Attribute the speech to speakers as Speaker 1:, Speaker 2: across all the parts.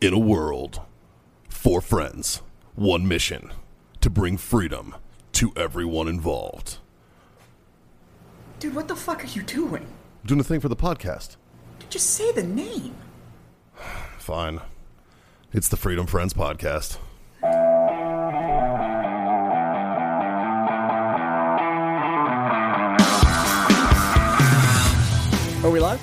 Speaker 1: In a world, four friends, one mission to bring freedom to everyone involved.
Speaker 2: Dude, what the fuck are you doing?
Speaker 1: Doing a thing for the podcast.
Speaker 2: Just say the name.
Speaker 1: Fine. It's the Freedom Friends podcast.
Speaker 3: Are we live?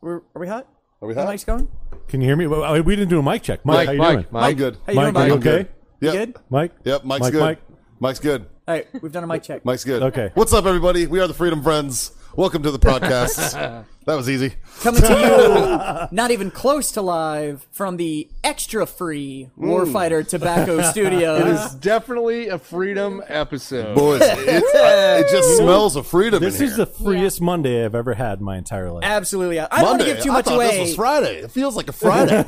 Speaker 3: We're, are we hot?
Speaker 4: Are we
Speaker 3: The
Speaker 4: hot?
Speaker 3: mic's going?
Speaker 5: Can you hear me? Well, I- we didn't do a mic check. Mike, how you doing?
Speaker 4: I'm good.
Speaker 3: How you doing,
Speaker 5: Mike, are you
Speaker 3: Mike?
Speaker 5: okay?
Speaker 4: Yep.
Speaker 3: Good?
Speaker 5: Mike?
Speaker 4: Yep, Mike's
Speaker 5: Mike,
Speaker 4: good.
Speaker 5: Mike.
Speaker 4: Mike's good.
Speaker 3: All right, we've done a mic check.
Speaker 4: Mike's good.
Speaker 5: Okay.
Speaker 4: What's up, everybody? We are the Freedom Friends. Welcome to the podcast. that was easy.
Speaker 3: Coming to you, not even close to live, from the extra free
Speaker 4: Mm.
Speaker 3: Warfighter Tobacco Studios.
Speaker 6: It is definitely a freedom episode.
Speaker 4: Boys, it's, uh, it just smells of freedom
Speaker 5: This
Speaker 4: in
Speaker 5: is
Speaker 4: here.
Speaker 5: the freest Monday I've ever had in my entire life.
Speaker 3: Absolutely. I don't want to
Speaker 4: Monday.
Speaker 3: give too
Speaker 4: I
Speaker 3: much
Speaker 4: thought
Speaker 3: away.
Speaker 4: This was Friday. It feels like a Friday.
Speaker 3: I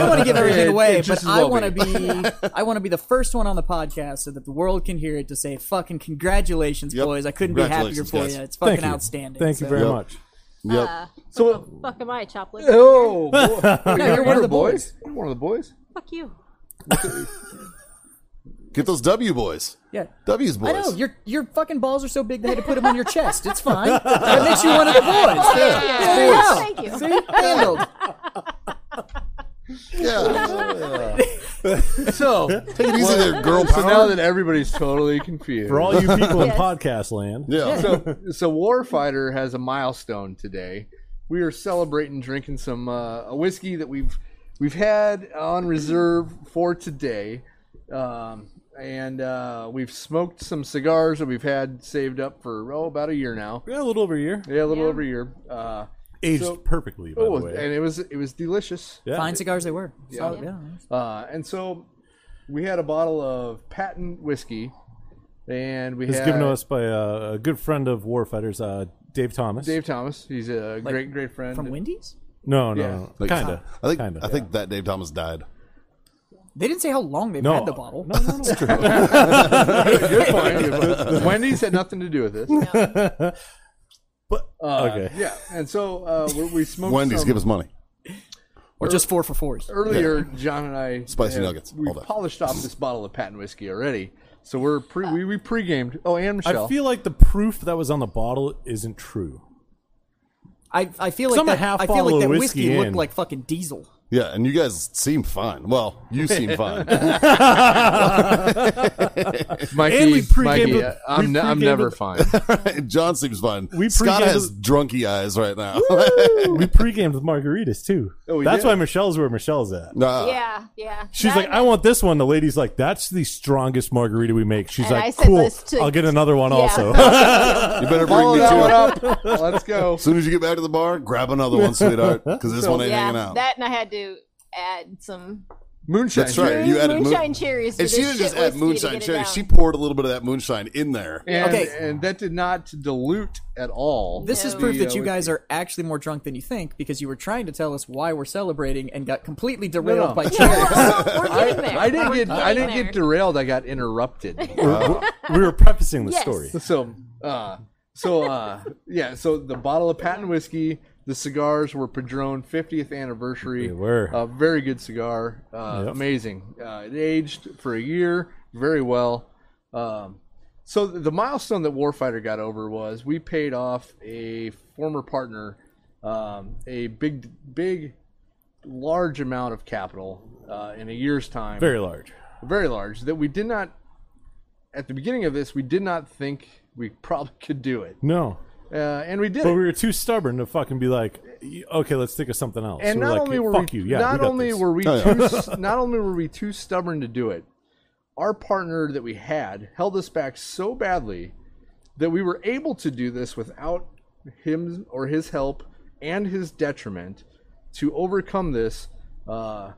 Speaker 3: don't want to give everything
Speaker 6: It-
Speaker 3: away,
Speaker 6: it
Speaker 3: but
Speaker 6: just as
Speaker 3: I
Speaker 6: well
Speaker 3: want to
Speaker 6: be.
Speaker 3: be I want to be the first one on the podcast so that the world can hear it to say fucking congratulations,
Speaker 4: Yep.
Speaker 3: boys. I couldn't be happier
Speaker 4: Congratulations,
Speaker 3: for
Speaker 4: guys.
Speaker 3: you. It's fucking
Speaker 5: Thank you.
Speaker 3: outstanding.
Speaker 5: Thank
Speaker 3: So-
Speaker 5: you very
Speaker 4: Yep.
Speaker 5: much.
Speaker 4: yep.
Speaker 6: So,
Speaker 7: Fuck am I, Choplin?
Speaker 6: oh, boy.
Speaker 3: No, you're one of the boys.
Speaker 6: You're one of the boys.
Speaker 7: Fuck you.
Speaker 4: Get those W boys.
Speaker 3: Yeah.
Speaker 4: W's boys.
Speaker 3: I know your your fucking balls are so big they had to put them on your chest. It's fine. That makes you one of the boys.
Speaker 4: yeah.
Speaker 3: There you go.
Speaker 7: Thank you.
Speaker 3: Handled.
Speaker 4: yeah.
Speaker 6: So,
Speaker 4: Take it easy there, girl
Speaker 6: so now
Speaker 4: power.
Speaker 6: that everybody's totally confused.
Speaker 5: For all you people in
Speaker 7: Yes.
Speaker 5: podcast land,
Speaker 4: Yeah.
Speaker 6: So, so Warfighter has a milestone today. We are celebrating drinking some uh, a whiskey that we've we've had on reserve for today, um, and uh, we've smoked some cigars that we've had saved up for oh about a year now.
Speaker 5: yeah, a little over a year.
Speaker 6: Yeah, a little over a year. Uh,
Speaker 5: Aged
Speaker 6: So-
Speaker 5: perfectly, by
Speaker 6: oh,
Speaker 5: the way.
Speaker 6: and it was it was delicious.
Speaker 5: Yeah.
Speaker 3: Fine cigars they were.
Speaker 6: Yeah.
Speaker 3: So, yeah.
Speaker 6: Uh, and so we had a bottle of patent whiskey, and we
Speaker 5: It's
Speaker 6: had
Speaker 5: given to us by uh, a good friend of Warfighters, uh, Dave Thomas.
Speaker 6: Dave Thomas. He's a great great friend.
Speaker 3: From Wendy's?
Speaker 5: No, no,
Speaker 6: Yeah.
Speaker 5: no.
Speaker 4: Like,
Speaker 5: kinda.
Speaker 4: I think,
Speaker 5: kinda.
Speaker 4: I think that Dave Thomas died.
Speaker 3: They didn't say how long they've
Speaker 5: no,
Speaker 3: had the bottle.
Speaker 5: No, no, no.
Speaker 6: Good point. Wendy's had nothing to do with it.
Speaker 5: But,
Speaker 6: Uh,
Speaker 5: okay.
Speaker 6: Yeah, and so uh, we, we smoked
Speaker 4: Wendy's,
Speaker 6: some
Speaker 4: give us money.
Speaker 3: Or just four for fours.
Speaker 6: earlier. John and I
Speaker 4: Spicy
Speaker 6: have-
Speaker 4: nuggets.
Speaker 6: We
Speaker 4: Hold on.
Speaker 6: polished off this bottle of patent whiskey already, so we're pre we, we pre gamed. Oh, and Michelle.
Speaker 5: I feel like the proof that was on the bottle isn't true.
Speaker 3: I, I feel
Speaker 5: Some
Speaker 3: like that,
Speaker 5: a half
Speaker 3: I feel
Speaker 5: bottle
Speaker 3: like
Speaker 5: of
Speaker 3: that
Speaker 5: whiskey
Speaker 3: whiskey looked
Speaker 5: in.
Speaker 3: like fucking diesel.
Speaker 4: Yeah, and you guys seem fine. Well, you seem fine.
Speaker 6: Mikey,
Speaker 5: and we pre-gamed
Speaker 6: Mikey,
Speaker 5: it-
Speaker 6: uh, I'm,
Speaker 5: we
Speaker 6: ne- I'm
Speaker 5: pre-gamed
Speaker 6: never
Speaker 5: it.
Speaker 6: fine.
Speaker 4: John seems fine.
Speaker 5: We
Speaker 4: Scott
Speaker 5: pre-gamed
Speaker 4: has
Speaker 5: it-
Speaker 4: drunky eyes right now.
Speaker 5: We pre-gamed with margaritas too.
Speaker 6: Oh, we
Speaker 5: That's
Speaker 6: did.
Speaker 5: why Michelle's where Michelle's at.
Speaker 4: Nah.
Speaker 7: Yeah, yeah.
Speaker 5: She's like,
Speaker 7: That-
Speaker 5: I want this one. The lady's like, that's the strongest margarita we make. She's
Speaker 7: And I
Speaker 5: like,
Speaker 7: said,
Speaker 5: cool.
Speaker 7: "Let's t-
Speaker 5: I'll get another one
Speaker 7: Yeah.
Speaker 5: also.
Speaker 4: You better bring
Speaker 6: Follow
Speaker 4: me
Speaker 6: that
Speaker 4: two.
Speaker 6: one
Speaker 4: As
Speaker 6: up. Let's go.
Speaker 4: soon as you get back to the bar, grab another one, sweetheart, because this one ain't
Speaker 7: yeah,
Speaker 4: hanging out.
Speaker 7: that and I had to add some
Speaker 6: Moonshine.
Speaker 4: That's right. You added moon-
Speaker 7: moonshine cherries. to
Speaker 4: and she
Speaker 7: this
Speaker 4: didn't just
Speaker 7: shit
Speaker 4: add
Speaker 7: whiskey to
Speaker 4: moonshine
Speaker 7: get it
Speaker 4: cherry.
Speaker 7: down.
Speaker 4: She poured a little bit of that moonshine in there.
Speaker 6: And,
Speaker 3: Okay.
Speaker 6: and that did not dilute at all.
Speaker 3: This is
Speaker 7: No.
Speaker 3: proof that
Speaker 6: The,
Speaker 3: you
Speaker 6: uh,
Speaker 3: guys are actually more drunk than you think because you were trying to tell us why we're celebrating and got completely derailed
Speaker 6: no.
Speaker 3: by cherry.
Speaker 7: We're getting there.
Speaker 6: I didn't
Speaker 7: We're
Speaker 6: get I didn't
Speaker 7: getting
Speaker 6: get
Speaker 7: there.
Speaker 6: derailed. I got interrupted.
Speaker 5: we were prefacing the
Speaker 7: Yes.
Speaker 5: story.
Speaker 6: so uh, so uh, yeah. So the bottle of patent whiskey, the cigars were Padron 50th anniversary.
Speaker 5: They were.
Speaker 6: a very good cigar. Uh,
Speaker 5: Yep.
Speaker 6: Amazing. Uh, it aged for a year very well. Um, so the the milestone that Warfighter got over was we paid off a former partner um, a big big large amount of capital uh, in a year's time
Speaker 5: Very large.
Speaker 6: very large that we did not at the beginning of this we did not think we probably could do it
Speaker 5: No.
Speaker 6: uh, and we did
Speaker 5: But
Speaker 6: it.
Speaker 5: we were too stubborn to fucking be like, "Y- okay, let's think of something else.
Speaker 6: and
Speaker 5: We were
Speaker 6: not
Speaker 5: like,
Speaker 6: only were
Speaker 5: fuck
Speaker 6: we,
Speaker 5: you. Yeah,
Speaker 6: not
Speaker 5: we got
Speaker 6: only
Speaker 5: this.
Speaker 6: were we
Speaker 4: Oh, yeah.
Speaker 6: too, s- not only were we too stubborn to do it our partner that we had held us back so badly that we were able to do this without him or his help and his detriment to overcome this uh,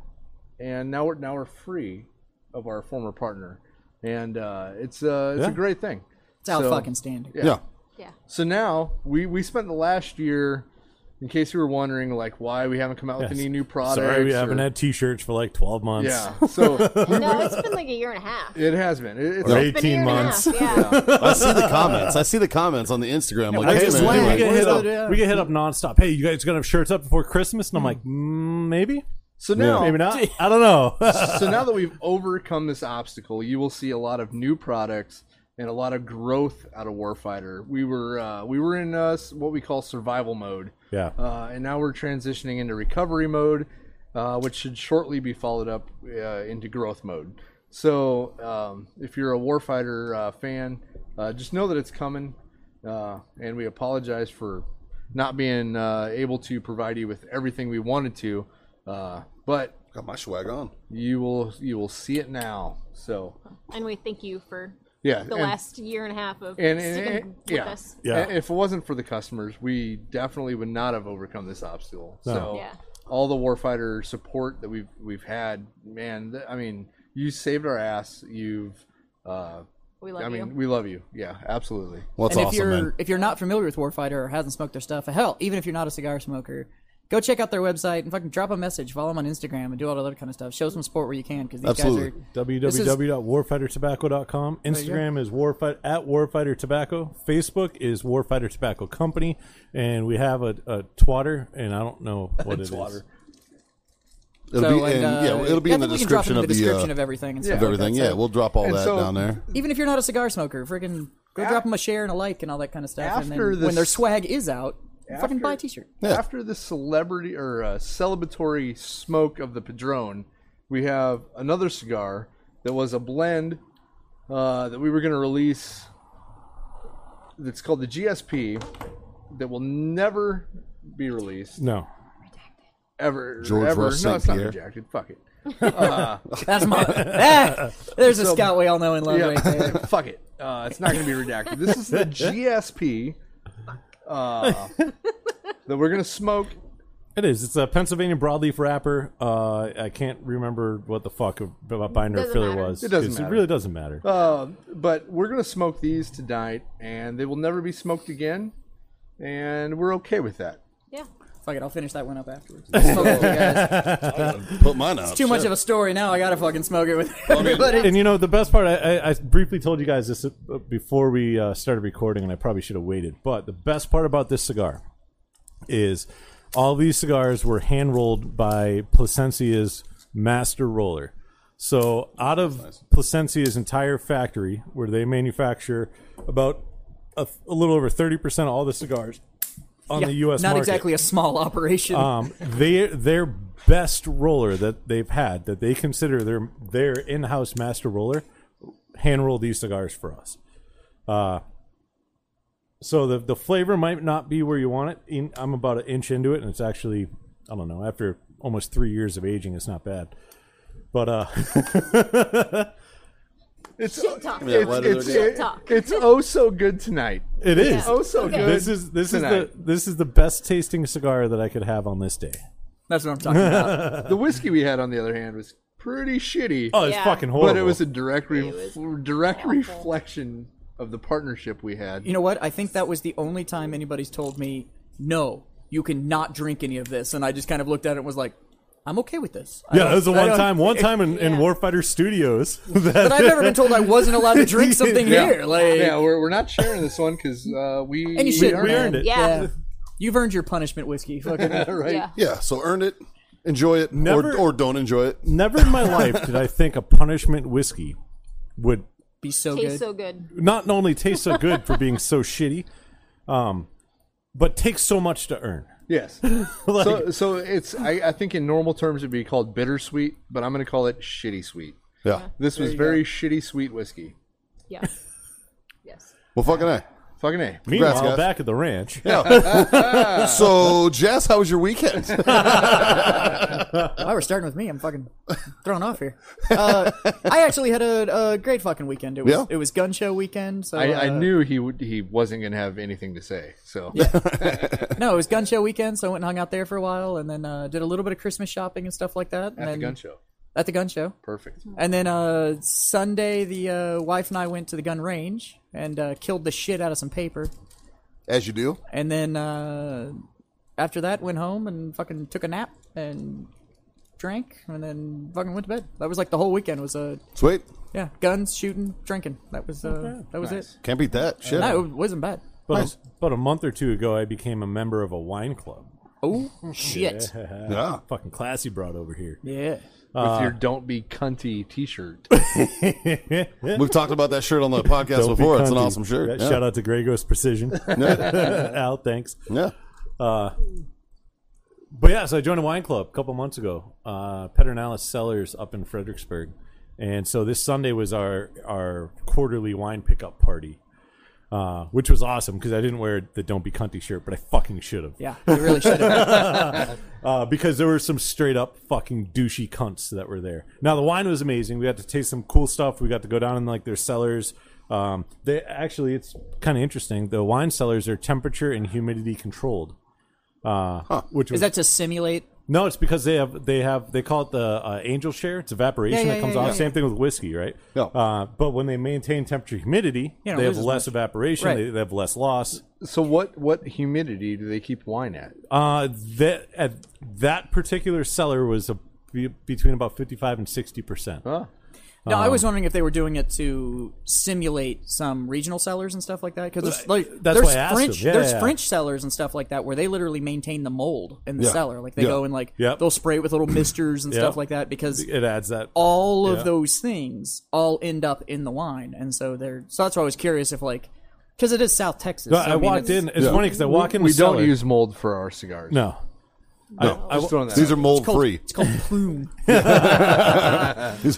Speaker 6: and now we're now we're free of our former partner and uh, it's uh, it's
Speaker 5: Yeah.
Speaker 6: a great thing
Speaker 3: It's out
Speaker 6: So-
Speaker 3: fucking standing.
Speaker 4: Yeah.
Speaker 7: Yeah.
Speaker 6: so now we we spent the last year, in case you were wondering, like why we haven't come out with
Speaker 5: Yes.
Speaker 6: any new products.
Speaker 5: Sorry, we
Speaker 6: or-
Speaker 5: haven't had T-shirts for like twelve months.
Speaker 6: Yeah, so
Speaker 7: No, it's been like a year and a half.
Speaker 6: it has been. It, it's
Speaker 5: Or
Speaker 7: It's been a year
Speaker 5: Eighteen
Speaker 7: and a
Speaker 5: months.
Speaker 7: half, Yeah.
Speaker 4: I see the comments. I see the comments on the Instagram. Like,
Speaker 5: I
Speaker 4: hey,
Speaker 5: get-
Speaker 4: man,
Speaker 3: swag.
Speaker 5: we,
Speaker 4: anyway,
Speaker 5: get hit
Speaker 3: Where's
Speaker 5: up,
Speaker 3: the-
Speaker 5: we get hit up nonstop. Hey, you guys gonna have shirts up before Christmas? And I'm like, mm, maybe.
Speaker 6: So now,
Speaker 5: Maybe not. I don't know.
Speaker 6: so now that we've overcome this obstacle, you will see a lot of new products and a lot of growth out of Warfighter. We were uh, we were in uh, s- what we call survival mode,
Speaker 5: yeah.
Speaker 6: uh, and now we're transitioning into recovery mode, uh, which should shortly be followed up uh, into growth mode. So um, if you're a Warfighter uh, fan, uh, just know that it's coming, uh, and we apologize for not being uh, able to provide you with everything we wanted to, uh, but
Speaker 4: Got my swag on.
Speaker 6: you will you will see it now. So
Speaker 7: And we thank you for
Speaker 6: yeah,
Speaker 7: the
Speaker 6: and-
Speaker 7: last year and a half of
Speaker 6: and- and-
Speaker 7: sticking
Speaker 6: and-
Speaker 7: with
Speaker 6: yeah.
Speaker 7: us.
Speaker 5: Yeah.
Speaker 6: and If it wasn't for the customers, we definitely would not have overcome this obstacle. So
Speaker 7: Yeah.
Speaker 6: all the warfighter support that we've we've had, man. Th- I mean, you saved our ass. You've, uh,
Speaker 7: We love
Speaker 6: I mean,
Speaker 7: you.
Speaker 6: we love you. Yeah, absolutely.
Speaker 4: Well, that's
Speaker 3: and if
Speaker 4: awesome,
Speaker 3: you're
Speaker 4: man.
Speaker 3: if you're not familiar with Warfighter or hasn't smoked their stuff, hell, even if you're not a cigar smoker, go check out their website and fucking drop a message, follow them on Instagram, and do all that other kind of stuff. Show some support where you can because these
Speaker 4: Absolutely.
Speaker 3: guys are
Speaker 5: www.warfightertobacco.com. Instagram is warfight at warfighter tobacco. Facebook is warfighter tobacco company, and we have a, a twatter, and I don't know what it is.
Speaker 4: It'll
Speaker 3: so,
Speaker 4: be
Speaker 3: and,
Speaker 4: in,
Speaker 3: uh,
Speaker 4: yeah, it'll be
Speaker 3: I
Speaker 4: in the
Speaker 3: think we can drop
Speaker 4: description
Speaker 3: it in
Speaker 4: of
Speaker 3: the
Speaker 4: the,
Speaker 3: description
Speaker 4: uh,
Speaker 3: of everything and stuff
Speaker 4: of
Speaker 3: like
Speaker 4: everything.
Speaker 3: that,
Speaker 4: Yeah,
Speaker 3: so-
Speaker 4: we'll drop all
Speaker 6: And
Speaker 4: that
Speaker 6: so-
Speaker 4: down there.
Speaker 3: even if you're not a cigar smoker, freaking go drop them a share and a like and all that kind of stuff.
Speaker 6: After
Speaker 3: and then
Speaker 6: this-
Speaker 3: when their swag is out, fucking buy a T-shirt.
Speaker 4: Yeah.
Speaker 6: After the celebrity or uh, celebratory smoke of the Padron, we have another cigar that was a blend uh, that we were going to release. That's called the GSP, that will never be released
Speaker 5: No.
Speaker 6: ever.
Speaker 4: George
Speaker 6: ever.
Speaker 4: Rush St.
Speaker 6: no, it's not
Speaker 4: Pierre.
Speaker 6: rejected. Fuck it.
Speaker 3: That's my. ah, there's a scout we all know and love right there.
Speaker 6: Fuck it. Uh, it's not going to be redacted. This is the GSP uh, that we're going to smoke.
Speaker 5: It is. It's a Pennsylvania broadleaf wrapper. Uh, I can't remember what the fuck of- about binder or
Speaker 7: Doesn't
Speaker 5: filler
Speaker 7: matter.
Speaker 5: was.
Speaker 6: It doesn't
Speaker 5: 'cause
Speaker 6: matter.
Speaker 5: really doesn't matter.
Speaker 6: but we're gonna smoke these tonight, and they will never be smoked again, and we're okay with that.
Speaker 7: Yeah.
Speaker 3: Fuck it, I'll finish that one up afterwards. Smoke it, guys.
Speaker 4: Put mine out.
Speaker 3: Too much of a story now. I gotta fucking smoke it with
Speaker 5: and
Speaker 3: everybody.
Speaker 5: you know the best part I, I, I briefly told you guys this uh, before we uh, started recording and i probably should have waited but the best part about this cigar is all these cigars were hand rolled by placencia's master roller so out of placencia's entire factory where they manufacture about a, a little over 30% of all the cigars on the us
Speaker 3: Not
Speaker 5: market
Speaker 3: exactly a small operation.
Speaker 5: um, they their best roller that they've had that they consider their their in house master roller hand roll these cigars for us. Uh, so the the flavor might not be where you want it. In, I'm about an inch into it, and it's actually I don't know after almost three years of aging, it's not bad. But uh,
Speaker 6: It's
Speaker 7: Shit talk.
Speaker 6: it's,
Speaker 4: do
Speaker 6: it's,
Speaker 4: they do?
Speaker 6: it-
Speaker 7: Talk.
Speaker 6: it's oh so good tonight.
Speaker 5: it is.
Speaker 6: Oh so
Speaker 7: Okay.
Speaker 6: good.
Speaker 5: This is this is
Speaker 6: tonight.
Speaker 5: the this is the best tasting cigar that I could have on this day.
Speaker 3: That's what I'm talking about.
Speaker 6: the whiskey we had on the other hand was pretty shitty,
Speaker 5: Oh, it's
Speaker 7: Yeah.
Speaker 5: fucking horrible.
Speaker 6: but it was a direct re- direct reflection of the partnership we had.
Speaker 3: You know what? I think that was the only time anybody's told me, no, you cannot drink any of this. And I just kind of looked at it and was like, I'm okay with this. I
Speaker 5: yeah,
Speaker 3: don't-
Speaker 5: that was the
Speaker 3: I
Speaker 5: one
Speaker 3: don't-
Speaker 5: time. One time in, in
Speaker 7: Yeah.
Speaker 5: Warfighter Studios. that-
Speaker 3: But I've never been told I wasn't allowed to drink something here. Like,
Speaker 6: yeah, we're, we're not sharing this one because uh, we
Speaker 3: and you should.
Speaker 5: we
Speaker 3: man.
Speaker 5: earned it.
Speaker 7: Yeah.
Speaker 3: You've earned your punishment, whiskey. Fucking
Speaker 6: right.
Speaker 7: Yeah.
Speaker 4: Yeah, so earn it, enjoy it,
Speaker 5: Never-
Speaker 4: or, or don't enjoy it.
Speaker 5: Never in my life did I think a punishment whiskey would
Speaker 3: be so
Speaker 7: Tastes
Speaker 3: good.
Speaker 7: so good.
Speaker 5: not only taste so good for being so shitty, um, but take so much to earn.
Speaker 6: Yes. so so it's I, I think in normal terms it'd be called bittersweet, but I'm gonna call it shitty sweet.
Speaker 4: Yeah.
Speaker 6: This was very shitty sweet whiskey.
Speaker 7: Yeah. yes.
Speaker 4: Well, fucking I.
Speaker 6: Fucking a.
Speaker 5: Meanwhile,
Speaker 4: guys.
Speaker 5: back at the ranch,
Speaker 4: So, Jess, how was your weekend?
Speaker 3: Why Oh, we're starting with me? I'm fucking thrown off here. Uh, I actually had a, a great fucking weekend. It was
Speaker 4: Yeah.
Speaker 3: it was gun show weekend. So
Speaker 6: I, I
Speaker 3: uh,
Speaker 6: knew he would. He wasn't gonna have anything to say. So
Speaker 3: no, it was gun show weekend. So I went and hung out there for a while, and then uh, did a little bit of Christmas shopping and stuff like that. and
Speaker 6: at the
Speaker 3: then,
Speaker 6: gun show,
Speaker 3: At the gun show.
Speaker 6: perfect.
Speaker 3: And then uh, Sunday, the uh, wife and I went to the gun range and uh, killed the shit out of some paper.
Speaker 4: As you do.
Speaker 3: And then uh, after that, went home and fucking took a nap and drank, and then fucking went to bed. That was like the whole weekend was uh,
Speaker 4: Sweet.
Speaker 3: yeah, guns, shooting, drinking. That was uh, that was it.
Speaker 4: Can't beat that. Shit.
Speaker 3: No, it wasn't bad.
Speaker 5: but about a month or two ago, I became a member of a wine club.
Speaker 3: Oh shit!
Speaker 1: Yeah.
Speaker 5: Fucking classy brought over here.
Speaker 3: Yeah.
Speaker 6: with your "Don't be cunty" T-shirt.
Speaker 4: We've talked about that shirt on the podcast
Speaker 5: Don't be
Speaker 4: before. It's an
Speaker 5: cunty.
Speaker 4: awesome shirt.
Speaker 5: Yeah,
Speaker 4: Yeah.
Speaker 5: Shout out to Grey Ghost Precision. Al, thanks.
Speaker 4: Yeah.
Speaker 5: But yeah, so I joined a wine club a couple months ago, uh, Pedernales Cellars up in Fredericksburg, and so this Sunday was our our quarterly wine pickup party, uh, which was awesome because I didn't wear the "Don't Be Cunty" shirt, but I fucking should have.
Speaker 3: Yeah. You really should have.
Speaker 5: Uh, because there were some straight up fucking douchey cunts that were there. Now the wine was amazing. We got to taste some cool stuff. We got to go down in like their cellars. Um, they actually, it's kind of interesting. The wine cellars are temperature and humidity controlled. Uh, Which was
Speaker 3: Is that to simulate?
Speaker 5: no, it's because they have they have they call it the uh, angel share. It's evaporation
Speaker 3: Yeah, yeah,
Speaker 5: that comes
Speaker 3: yeah,
Speaker 5: off.
Speaker 3: yeah,
Speaker 5: Same thing with whiskey, right?
Speaker 4: Yeah.
Speaker 5: Uh, but when they maintain temperature humidity,
Speaker 3: You don't
Speaker 5: they have
Speaker 3: lose as
Speaker 5: less evaporation.
Speaker 3: Right.
Speaker 5: They, they have less loss.
Speaker 6: so what? What humidity do they keep wine at?
Speaker 5: Uh, that at that particular cellar was a, be- between about fifty five and sixty percent.
Speaker 3: No, I
Speaker 5: Um,
Speaker 3: was wondering if they were doing it to simulate some regional sellers and stuff like that. Because there's like
Speaker 5: that's
Speaker 3: there's
Speaker 5: why I asked
Speaker 3: French
Speaker 5: them. Yeah,
Speaker 3: there's
Speaker 5: yeah.
Speaker 3: French sellers and stuff like that where they literally maintain the mold in the
Speaker 1: Yeah.
Speaker 3: cellar. Like they
Speaker 1: Yeah.
Speaker 3: go and like
Speaker 5: Yep.
Speaker 3: they'll spray it with little misters and
Speaker 5: Yeah.
Speaker 3: stuff like that because
Speaker 5: It adds that.
Speaker 3: all
Speaker 5: Yeah.
Speaker 3: of those things all end up in the wine, and so they're so that's why I was curious if like because it is South Texas. so,
Speaker 5: I,
Speaker 3: mean,
Speaker 5: walked
Speaker 3: it's-
Speaker 5: in. It's funny because I walk in.
Speaker 6: We
Speaker 5: the
Speaker 6: don't
Speaker 5: cellar-
Speaker 6: use mold for our cigars.
Speaker 5: no.
Speaker 4: No.
Speaker 6: Just throwing that
Speaker 4: These
Speaker 6: out.
Speaker 4: are mold
Speaker 3: It's called,
Speaker 4: free.
Speaker 3: it's called plume.
Speaker 4: These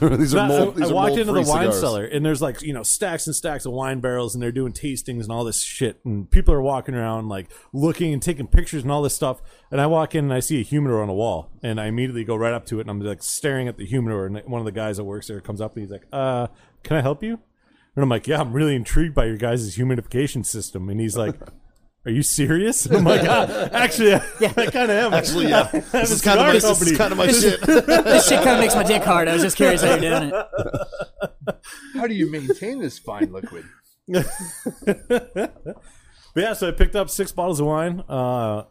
Speaker 4: are these are
Speaker 5: No,
Speaker 4: mold.
Speaker 5: I,
Speaker 4: These
Speaker 5: I
Speaker 4: are
Speaker 5: walked
Speaker 4: mold
Speaker 5: into the
Speaker 4: free
Speaker 5: wine
Speaker 4: cigars.
Speaker 5: cellar and there's like you know stacks and stacks of wine barrels and they're doing tastings and all this shit and people are walking around like looking and taking pictures and all this stuff and I walk in and I see a humidor on a wall and I immediately go right up to it and I'm like staring at the humidor and one of the guys that works there comes up and he's like, "Uh, can I help you?" And I'm like, "Yeah, I'm really intrigued by your guys' humidification system." And he's like. Are you serious? And I'm like, "Ah, actually, I, I kind of am.
Speaker 4: Actually, yeah. This is kind of my,
Speaker 5: cigar
Speaker 4: this is
Speaker 5: company.
Speaker 4: kind of my shit.
Speaker 3: this shit kind of makes my dick hard. I was just curious how you're doing it.
Speaker 6: How do you maintain this fine liquid?
Speaker 5: But yeah, so I picked up six bottles of wine. Uh,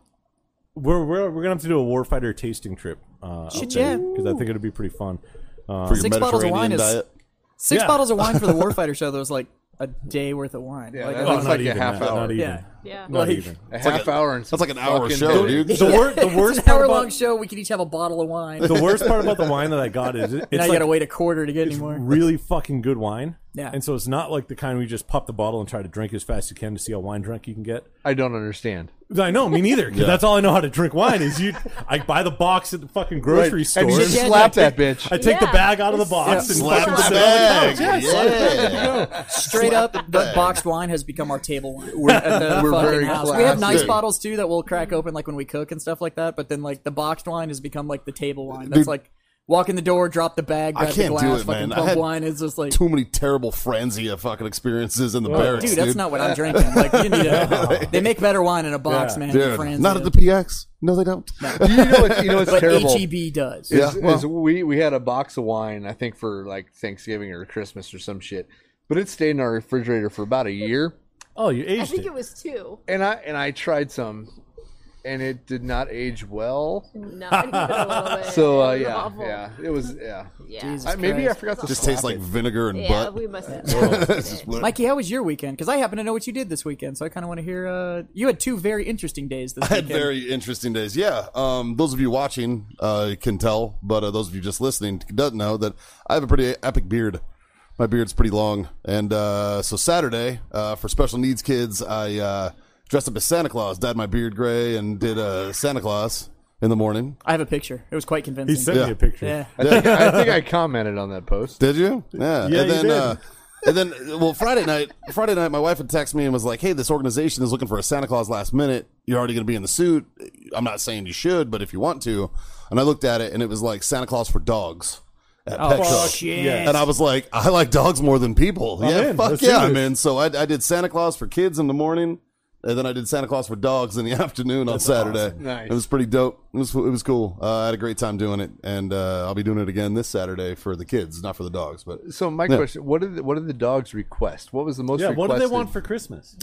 Speaker 5: we're, we're we're gonna have to do a warfighter tasting trip. Uh,
Speaker 3: Shit, yeah.
Speaker 5: because I think it'll be pretty fun.
Speaker 4: For your
Speaker 3: Six bottles of wine
Speaker 4: Mediterranean
Speaker 3: is-
Speaker 4: diet.
Speaker 3: Six
Speaker 5: Yeah.
Speaker 3: bottles of wine for the Warfighter show. That was like a day worth of wine.
Speaker 6: Yeah,
Speaker 3: like,
Speaker 6: that
Speaker 3: like-
Speaker 6: looks like a half
Speaker 5: that,
Speaker 6: hour.
Speaker 5: oh, Not even.
Speaker 3: yeah.
Speaker 7: Yeah.
Speaker 5: Not even.
Speaker 6: A half hour and
Speaker 4: That's like an hour
Speaker 6: fucking
Speaker 4: show,
Speaker 6: thing.
Speaker 4: dude.
Speaker 5: The, wor- the
Speaker 3: It's
Speaker 5: worst
Speaker 3: an
Speaker 5: part
Speaker 3: hour long
Speaker 5: about
Speaker 3: show. We could each have a bottle of wine.
Speaker 5: the worst part about the wine that I got is it,
Speaker 3: now
Speaker 5: it's
Speaker 3: you
Speaker 5: like
Speaker 3: gotta wait a quarter to get any more.
Speaker 5: really fucking good wine.
Speaker 3: Yeah.
Speaker 5: and so it's not like the kind where you just pop the bottle and try to drink as fast as you can to see how wine drunk you can get.
Speaker 6: I don't understand.
Speaker 5: I know, me neither. 'cause that's all I know how to drink wine is you. I buy the box at the fucking grocery store.
Speaker 6: And you
Speaker 3: Yeah,
Speaker 6: slap
Speaker 3: yeah.
Speaker 6: that bitch.
Speaker 5: I take the
Speaker 7: Yeah.
Speaker 5: bag out of the box and
Speaker 4: Slap
Speaker 5: fucking
Speaker 4: the
Speaker 5: sit on
Speaker 4: bag.
Speaker 5: couch. Yeah, slap
Speaker 4: Yeah.
Speaker 3: Straight up, the boxed wine has become our table wine. We're, at the
Speaker 6: We're
Speaker 3: fucking
Speaker 6: very
Speaker 3: house. We have
Speaker 6: classy.
Speaker 3: nice bottles too that we'll crack open like when we cook and stuff like that. But then like the boxed wine has become like the table wine. That's
Speaker 4: Dude.
Speaker 3: like walk in the door, drop the bag,
Speaker 4: I
Speaker 3: grab the
Speaker 4: can't do
Speaker 3: glass,
Speaker 4: it,
Speaker 3: fucking
Speaker 4: man. I
Speaker 3: pump
Speaker 4: had
Speaker 3: wine. It's just like,
Speaker 4: Too many terrible Franzia fucking experiences in the barracks,
Speaker 3: dude,
Speaker 4: dude.
Speaker 3: that's not what I'm drinking. Like you need a, they make better wine in a box, man. in France,
Speaker 4: Dude, not
Speaker 3: yeah.
Speaker 4: at the PX. No, they don't.
Speaker 6: you know what? You know what's
Speaker 3: but E
Speaker 6: terrible.
Speaker 3: HEB does.
Speaker 4: Yeah,
Speaker 6: is,
Speaker 4: well-
Speaker 6: is we we had a box of wine I think for like Thanksgiving or Christmas or some shit, but it stayed in our refrigerator for about a year,
Speaker 5: Oh, you
Speaker 7: I
Speaker 5: aged
Speaker 7: think
Speaker 5: it.
Speaker 7: it was two.
Speaker 6: and I and I tried some, and it did not age well.
Speaker 7: Not even a little bit.
Speaker 6: So uh,
Speaker 7: It was
Speaker 6: yeah,
Speaker 7: awful.
Speaker 6: yeah, it was yeah.
Speaker 7: Yeah.
Speaker 3: Jesus
Speaker 6: I, maybe I
Speaker 3: Christ.
Speaker 6: forgot to
Speaker 4: Just
Speaker 6: slap
Speaker 4: tastes like
Speaker 6: it.
Speaker 4: vinegar and
Speaker 7: Yeah,
Speaker 4: butt.
Speaker 7: we must have.
Speaker 3: Mikey, how was your weekend? Because I happen to know what you did this weekend, so I kind of want to hear. Uh, you had two very interesting days this
Speaker 4: I had
Speaker 3: weekend.
Speaker 4: very interesting days. Yeah. Um, those of you watching uh, can tell, but uh, those of you just listening doesn't know that I have a pretty epic beard. My beard's pretty long, and uh, so Saturday uh, for special needs kids, I uh, dressed up as Santa Claus, dyed my beard gray, and did uh, Santa Claus in the morning.
Speaker 3: I have a picture. It was quite
Speaker 5: He
Speaker 3: convincing.
Speaker 5: sent
Speaker 4: Yeah.
Speaker 5: me a picture.
Speaker 3: yeah.
Speaker 6: I think I commented on that post.
Speaker 4: Did you? Yeah.
Speaker 5: Yeah,
Speaker 4: and
Speaker 5: you
Speaker 4: then
Speaker 5: did.
Speaker 4: uh and then well Friday night Friday night my wife had texted me and was like, Hey, this organization is looking for a Santa Claus last minute. You're already gonna be in the suit. I'm not saying you should, but if you want to. And I looked at it and it was like Santa Claus for dogs. At
Speaker 5: Oh,
Speaker 4: Pet Shop. And I was like, I like dogs more than people.
Speaker 5: I'm
Speaker 4: yeah,
Speaker 5: in.
Speaker 4: fuck
Speaker 5: Let's
Speaker 4: yeah,
Speaker 5: do
Speaker 4: I'm
Speaker 5: this.
Speaker 4: in. So I, I did Santa Claus for kids in the morning, and then I did Santa Claus for dogs in the afternoon on Saturday.
Speaker 6: Nice.
Speaker 4: It was pretty dope. It was it was cool. Uh, I had a great time doing it, and uh, I'll be doing it again this Saturday for the kids, not for the dogs. But
Speaker 6: So my question: What did the, what did the dogs request? What was the most?
Speaker 5: Yeah, what do they
Speaker 6: requested?
Speaker 5: want for Christmas?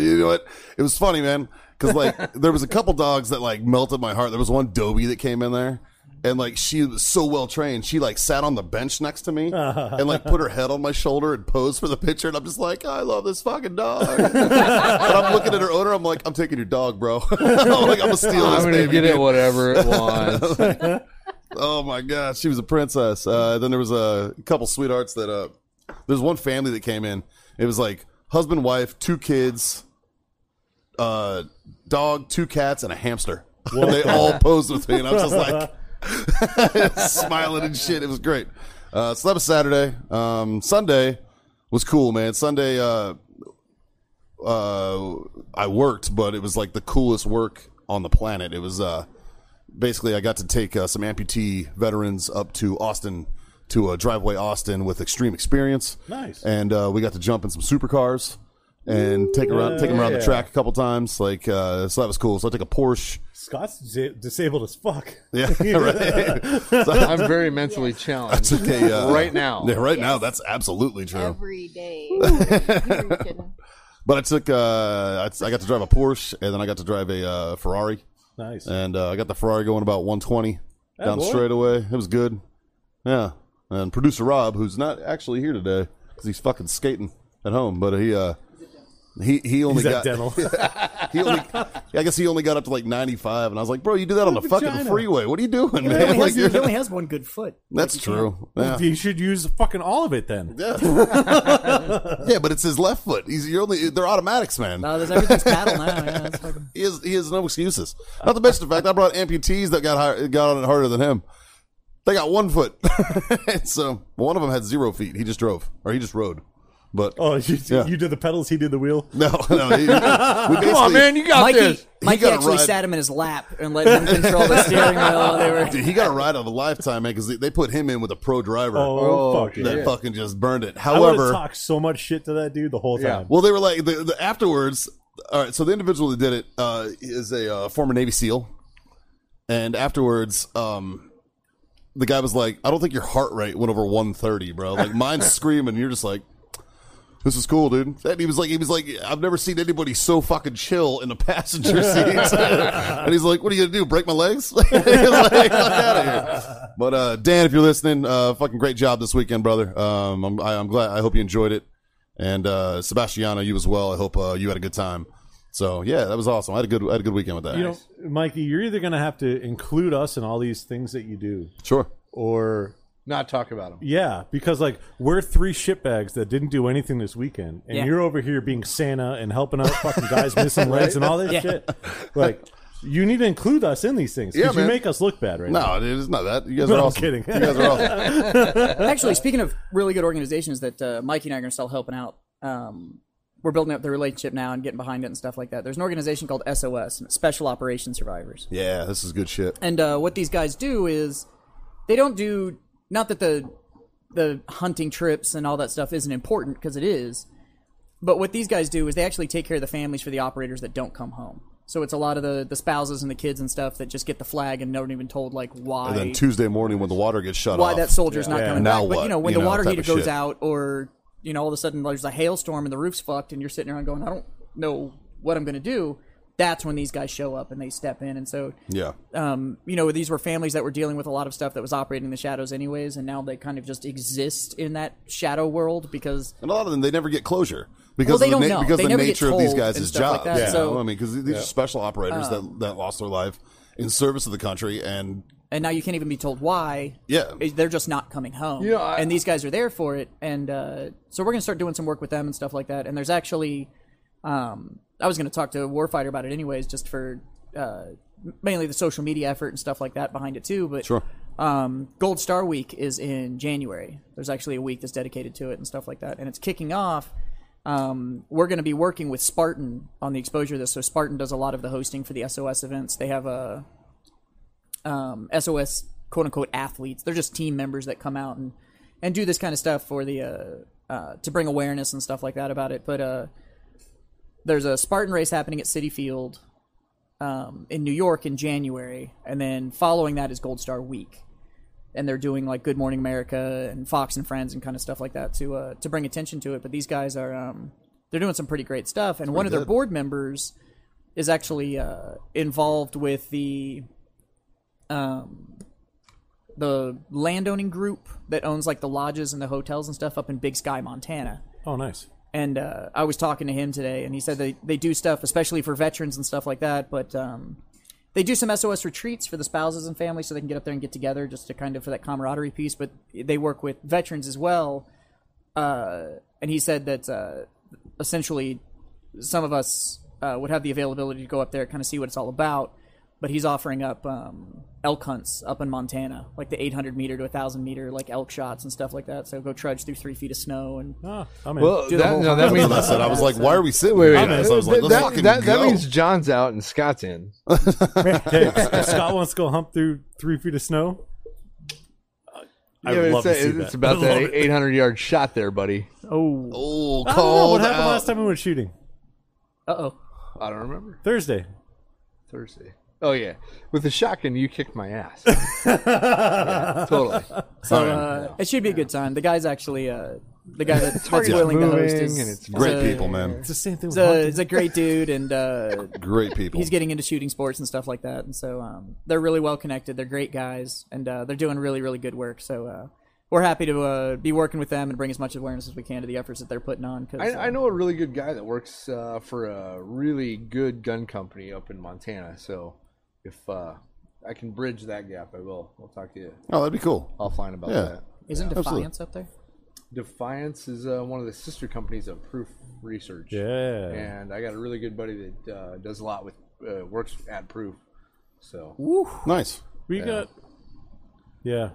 Speaker 4: you know what? It was funny, man, because like there was a couple dogs that like melted my heart. There was one Dobie that came in there, and like she was so well trained, she like sat on the bench next to me and like put her head on my shoulder and posed for the picture. And I'm just like, I love this fucking dog. and I'm looking at her owner. I'm like, I'm taking your dog, bro. I'm like, I'm gonna steal this
Speaker 6: I'm gonna
Speaker 4: baby.
Speaker 6: get it
Speaker 4: dude."
Speaker 6: whatever it wants.
Speaker 4: Oh my god, she was a princess. Uh, then there was a couple sweethearts that uh, there's one family that came in. It was like husband, wife, two kids, uh, dog, two cats, and a hamster. And they all posed with me, and I was just like smiling and shit. It was great. Uh, so that was Saturday. Um, Sunday was cool, man. Sunday, uh, uh, I worked, but it was like the coolest work on the planet. It was uh, basically I got to take uh, some amputee veterans up to Austin to uh, driveway Austin with extreme experience.
Speaker 5: Nice.
Speaker 4: And uh, we got to jump in some supercars and take around take them around the
Speaker 5: Yeah.
Speaker 4: track a couple times. Like uh, so that was cool. So I took a Porsche.
Speaker 5: Scott's disa- disabled as fuck.
Speaker 4: Yeah, right. so I
Speaker 6: I'm very mentally challenged.
Speaker 4: took a, uh,
Speaker 6: Right now.
Speaker 4: Yeah, right now that's absolutely true.
Speaker 7: Every day. You're kidding.
Speaker 4: but I took uh, I, I got to drive a Porsche and then I got to drive a uh, Ferrari.
Speaker 5: Nice.
Speaker 4: and uh, I got the Ferrari going about 120 down
Speaker 5: boy.
Speaker 4: straight away. It was good. Yeah. And producer Rob, who's not actually here today because he's fucking skating at home, but he uh, he he only
Speaker 5: He's
Speaker 4: got
Speaker 5: at dental.
Speaker 4: he only I guess he only got up to like 95, and I was like, bro, you do that on the fucking
Speaker 5: Vagina.
Speaker 4: freeway. What are you doing,
Speaker 3: He only,
Speaker 4: man? Like,
Speaker 3: has, he
Speaker 4: you're-
Speaker 3: only has one good foot.
Speaker 4: that's true. Yeah.
Speaker 5: you should use fucking all of it then.
Speaker 4: yeah, but it's his left foot. He's you're only they're automatics, man.
Speaker 3: No, Uh, there's everything's paddle now. Yeah, that's fucking,
Speaker 4: He has he has no excuses. Not to mention the fact I brought amputees that got higher, got on it harder than him. They got one foot, so one of them had zero feet. He just drove or he just rode. But
Speaker 5: Oh, you,
Speaker 4: Yeah.
Speaker 5: you did the pedals, he did the wheel.
Speaker 4: no, no. He, we
Speaker 6: Come on,
Speaker 4: basically-
Speaker 6: man, you got
Speaker 3: Mikey,
Speaker 6: this.
Speaker 4: He
Speaker 3: Mikey
Speaker 4: gotta
Speaker 3: actually
Speaker 4: ride-
Speaker 3: sat him in his lap and let him control the steering wheel. While they were
Speaker 4: Dude, he got a ride of a lifetime, man, because they, they put him in with a pro driver
Speaker 5: Oh,
Speaker 6: Oh,
Speaker 5: fuck
Speaker 4: that
Speaker 5: yeah.
Speaker 4: fucking just burned it.
Speaker 5: I would have
Speaker 4: However,
Speaker 5: talked so much shit to that dude the whole
Speaker 6: Yeah.
Speaker 5: time.
Speaker 4: well, they were like the, the afterwards. All right, so the individual that did it uh, is a uh, former Navy SEAL, and afterwards, um, the guy was like, "I don't think your heart rate went over 130, bro. Like mine's screaming. You're just like." This is cool, dude. And he was like, he was like, I've never seen anybody so fucking chill in the passenger seat. and he's like, "What are you gonna do? Break my legs?" He's like, "Fuck outta here." But uh, Dan, if you're listening, uh, fucking great job this weekend, brother. Um, I'm, I, I'm glad. I hope you enjoyed it. And uh, Sebastiano, you as well. I hope uh, you had a good time. So yeah, that was awesome. I had a good, I had a good weekend with that.
Speaker 5: You know, Mikey, you're either going to have to include us in all these things that you do,
Speaker 4: sure.
Speaker 5: or
Speaker 6: Not talk about him.
Speaker 5: yeah, because like we're three shitbags that didn't do anything this weekend, and
Speaker 3: Yeah.
Speaker 5: you're over here being Santa and helping out fucking guys missing legs and all this shit. Like, you need to include us in these things
Speaker 4: Yeah,
Speaker 5: because you
Speaker 4: man.
Speaker 5: make us look bad right now.
Speaker 4: No, dude, it's not that. You guys
Speaker 5: No,
Speaker 4: are
Speaker 5: I'm
Speaker 4: awesome.
Speaker 5: kidding.
Speaker 4: You guys are awesome.
Speaker 3: Actually, speaking of really good organizations that uh, Mikey and I are going to start helping out, um, we're building up the relationship now and getting behind it and stuff like that. There's an organization called SOS, Special Operations Survivors.
Speaker 4: yeah, this is good shit.
Speaker 3: And uh, what these guys do is they don't do not that the the hunting trips and all that stuff isn't important because it is, but what these guys do is they actually take care of the families for the operators that don't come home. So it's a lot of the, the spouses and the kids and stuff that just get the flag and don't even told like why
Speaker 4: And then Tuesday morning when the water gets shut
Speaker 3: why
Speaker 4: off,
Speaker 3: that soldier's not
Speaker 5: Yeah.
Speaker 3: coming
Speaker 4: Now
Speaker 3: back. But
Speaker 4: what?
Speaker 3: you know, when
Speaker 4: You
Speaker 3: the
Speaker 4: know,
Speaker 3: water
Speaker 4: type
Speaker 3: heater
Speaker 4: of
Speaker 3: goes
Speaker 4: shit.
Speaker 3: out, or you know, all of a sudden there's a hailstorm and the roof's fucked, and you're sitting around going, I don't know what I'm going to do. That's when these guys show up and they step in, and so
Speaker 4: yeah,
Speaker 3: um, you know, these were families that were dealing with a lot of stuff that was operating in the shadows, anyways, and now they kind of just exist in that shadow world because
Speaker 4: and a lot of them they never get closure
Speaker 3: Well,
Speaker 4: because
Speaker 3: they
Speaker 4: of the
Speaker 3: don't know.
Speaker 4: because
Speaker 3: They
Speaker 4: the
Speaker 3: never get
Speaker 4: nature of these
Speaker 3: told
Speaker 4: guys'
Speaker 3: and
Speaker 4: jobs.
Speaker 3: stuff like that,
Speaker 4: yeah,
Speaker 3: so- Um,
Speaker 4: You know what I mean, because these are special operators that that lost their life in service of the country, and
Speaker 3: and now you can't even be told why.
Speaker 4: Yeah.
Speaker 3: It- they're just not coming home.
Speaker 6: know, I-
Speaker 3: and these guys are there for it, and uh, so we're gonna start doing some work with them and stuff like that. And there's actually, um, I was gonna talk to Warfighter about it anyways, just for uh, mainly the social media effort and stuff like that behind it too. But
Speaker 4: Sure.
Speaker 3: um, Gold Star Week is in January. There's actually a week that's dedicated to it and stuff like that, and it's kicking off. Um, we're going to be working with Spartan on the exposure of this. So Spartan does a lot of the hosting for the SOS events. They have a um, SOS quote unquote athletes. They're just team members that come out and and do this kind of stuff for the uh, uh, to bring awareness and stuff like that about it. But uh, there's a Spartan race happening at City Field um, in New York in January, and then following that is Gold Star Week, and they're doing like Good Morning America and Fox and Friends and kind of stuff like that to uh, to bring attention to it. But these guys are um, they're doing some pretty great stuff, and one of their board members is actually uh, involved with the um, the landowning group that owns like the lodges and the hotels and stuff up in Big Sky, Montana.
Speaker 5: Oh, nice.
Speaker 3: And uh, I was talking to him today, and he said they, they do stuff, especially for veterans and stuff like that. But um, they do some SOS retreats for the spouses and families so they can get up there and get together just to kind of for that camaraderie piece. But they work with veterans as well. Uh, and he said that uh, essentially some of us uh, would have the availability to go up there, kind of see what it's all about. But he's offering up um, elk hunts up in Montana, like the 800 meter to 1,000 meter, like elk shots and stuff like that. So go trudge through three feet of snow and
Speaker 5: Ah, I'm in.
Speaker 6: Well,
Speaker 3: Do the
Speaker 6: that,
Speaker 3: whole
Speaker 6: no, that
Speaker 3: hunt.
Speaker 6: means
Speaker 4: That's what I said. I was like, why are we sitting
Speaker 6: Wait,
Speaker 4: here?
Speaker 6: wait,
Speaker 4: So I was like,
Speaker 6: that,
Speaker 4: let's fucking
Speaker 6: that, that, that
Speaker 4: go. Oh,
Speaker 6: means John's out and Scott's in.
Speaker 5: hey, if Scott wants to go hump through three feet of snow. I would
Speaker 6: it's,
Speaker 5: love
Speaker 6: a-
Speaker 5: to see
Speaker 6: it's
Speaker 5: that.
Speaker 6: about
Speaker 5: I love
Speaker 6: that
Speaker 5: it.
Speaker 6: 800 yard shot there, buddy.
Speaker 3: oh,
Speaker 4: oh,
Speaker 5: I don't know
Speaker 4: called
Speaker 5: what happened
Speaker 4: out.
Speaker 5: last time we went shooting.
Speaker 3: uh oh.
Speaker 6: I don't remember.
Speaker 5: Thursday.
Speaker 6: Thursday. Oh, yeah. With the shotgun, you kicked my ass. Yeah, totally.
Speaker 3: So uh, it should be a good time. The guy's actually uh, the guy that, that's willing to host
Speaker 6: moving
Speaker 3: is
Speaker 6: and it's
Speaker 4: Great
Speaker 3: is a-
Speaker 4: people, man.
Speaker 5: It's the same thing
Speaker 3: Is
Speaker 5: with
Speaker 3: a,
Speaker 5: hunting.
Speaker 3: is a great dude, and uh,
Speaker 4: Great people.
Speaker 3: he's getting into shooting sports and stuff like that. And so um, they're really well connected. They're great guys, and uh, they're doing really, really good work. So uh, we're happy to uh, be working with them and bring as much awareness as we can to the efforts that they're putting on. Cause,
Speaker 6: I,
Speaker 3: uh,
Speaker 6: I know a really good guy that works uh, for a really good gun company up in Montana. So if uh, I can bridge that gap, I will. I'll talk to you
Speaker 4: oh, that'd be cool.
Speaker 6: offline about
Speaker 4: Yeah.
Speaker 6: that.
Speaker 3: isn't
Speaker 4: absolutely.
Speaker 3: Defiance up there?
Speaker 6: Defiance is uh, one of the sister companies of Proof Research.
Speaker 5: Yeah.
Speaker 6: And I got a really good buddy that uh, does a lot with uh, works at Proof. So
Speaker 4: Nice.
Speaker 5: We got. Yeah.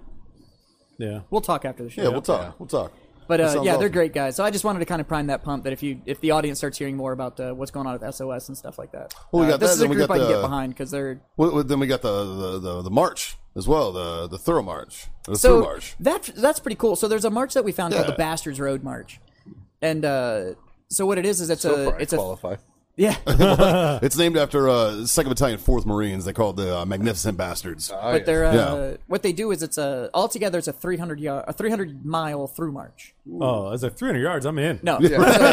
Speaker 5: Yeah.
Speaker 3: We'll talk after the show.
Speaker 4: Yeah, we'll talk. We'll talk.
Speaker 3: But uh,
Speaker 4: sounds
Speaker 3: yeah, they're
Speaker 4: awesome.
Speaker 3: great guys. So I just wanted to kind of prime that pump that if you if the audience starts hearing more about uh, what's going on with SOS and stuff like that,
Speaker 4: Well, we
Speaker 3: uh,
Speaker 4: got
Speaker 3: this
Speaker 4: that,
Speaker 3: is a
Speaker 4: then we
Speaker 3: group
Speaker 4: got
Speaker 3: I can
Speaker 4: the-
Speaker 3: get behind because they're
Speaker 4: Well, well, then we got the, the, the, the march as well, the the thorough march, the through
Speaker 3: so
Speaker 4: march.
Speaker 3: that that's pretty cool. So there's a march that we found
Speaker 4: Yeah.
Speaker 3: called the Bastards Road March, and uh, so what it is is it's a
Speaker 6: far, I
Speaker 3: it's a
Speaker 6: qualify.
Speaker 3: yeah
Speaker 4: It's named after uh, Second Battalion, Fourth Marines. They called the uh, Magnificent Bastards.
Speaker 6: Oh,
Speaker 3: but they're uh,
Speaker 4: Yeah.
Speaker 3: what they do is it's a altogether it's a 300 yard a 300 mile through march.
Speaker 5: Oh, I was like 300 yards. I'm in.
Speaker 3: No,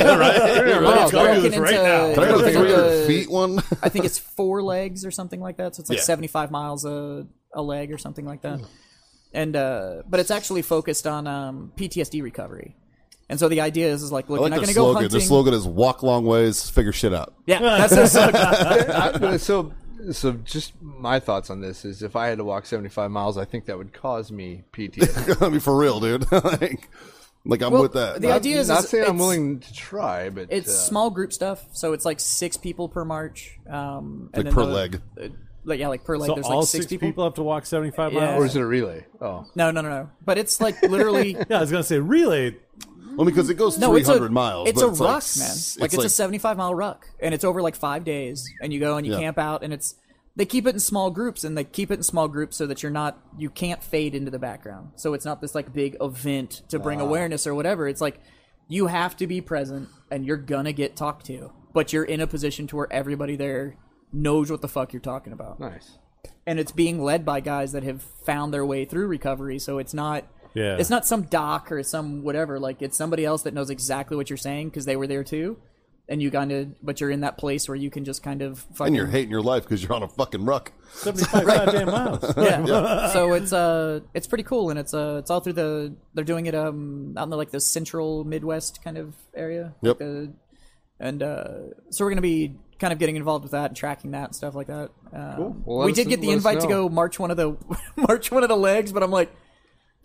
Speaker 5: Let's
Speaker 3: it's
Speaker 5: go do
Speaker 3: broken
Speaker 5: this right
Speaker 3: into-
Speaker 5: now.
Speaker 4: Can I go to the
Speaker 3: it's like
Speaker 4: 300
Speaker 3: a-
Speaker 4: feet one?
Speaker 3: I think it's four legs or something like that. So it's like
Speaker 4: Yeah.
Speaker 3: 75 miles a, a leg or something like that. And uh, but it's actually focused on um, PTSD recovery. And so the idea is, is like, look,
Speaker 4: I like
Speaker 3: you're not
Speaker 4: their
Speaker 3: going to go
Speaker 4: slogan.
Speaker 3: hunting.
Speaker 4: Their slogan is "Walk long ways, figure shit out."
Speaker 3: Yeah, that's their slogan.
Speaker 6: Uh, so so just my thoughts on this is if I had to walk 75 miles, I think that would cause me PTSD.
Speaker 4: I mean, for real, dude. like, like I'm
Speaker 3: Well,
Speaker 4: with that.
Speaker 3: the idea is,
Speaker 6: Not
Speaker 3: is
Speaker 6: saying I'm
Speaker 3: it's-
Speaker 6: willing to try, but
Speaker 3: It's
Speaker 6: uh,
Speaker 3: small group stuff, so it's like six people per march. Um,
Speaker 4: Like
Speaker 3: and then
Speaker 4: per
Speaker 3: the-
Speaker 4: leg.
Speaker 3: uh, like yeah, like per leg.
Speaker 5: So
Speaker 3: there's
Speaker 5: all
Speaker 3: like six,
Speaker 5: six people? have to walk 75
Speaker 3: Yeah.
Speaker 5: miles?
Speaker 6: Or is it a relay? Oh,
Speaker 3: No, no, no, no. But it's like literally
Speaker 5: Yeah, I was going to say, relay.
Speaker 4: well, because it goes
Speaker 3: no, it's
Speaker 4: 300
Speaker 3: a,
Speaker 4: miles.
Speaker 3: It's
Speaker 4: but
Speaker 3: a
Speaker 4: it's
Speaker 3: ruck,
Speaker 4: like,
Speaker 3: man.
Speaker 4: s-
Speaker 3: Like it's, a 75 mile ruck, and it's over like five days. And you go and you
Speaker 4: Yeah.
Speaker 3: camp out, and it's they keep it in small groups, and they keep it in small groups so that you're not you can't fade into the background. So it's not this like big event to bring awareness or whatever. It's like you have to be present, and you're gonna get talked to, but you're in a position to where everybody there knows what the fuck you're talking about
Speaker 6: nice.
Speaker 3: and it's being led by guys that have found their way through recovery so it's not
Speaker 5: Yeah.
Speaker 3: it's not some doc or some whatever like it's somebody else that knows exactly what you're saying because they were there too and you kind of but you're in that place where you can just kind of fucking
Speaker 4: and you're hating your life because you're on a fucking ruck.
Speaker 5: 75 goddamn miles.
Speaker 3: yeah. so it's uh it's pretty cool and it's uh it's all through the they're doing it um out in the like the central midwest kind of area
Speaker 4: Yep.
Speaker 3: Like, uh, and uh so we're gonna be kind of getting involved with that and tracking that and stuff like that um,
Speaker 6: Well, let
Speaker 3: we
Speaker 6: us-
Speaker 3: did get the
Speaker 6: let us
Speaker 3: invite to
Speaker 6: know.
Speaker 3: go march one of the march one of the legs but i'm like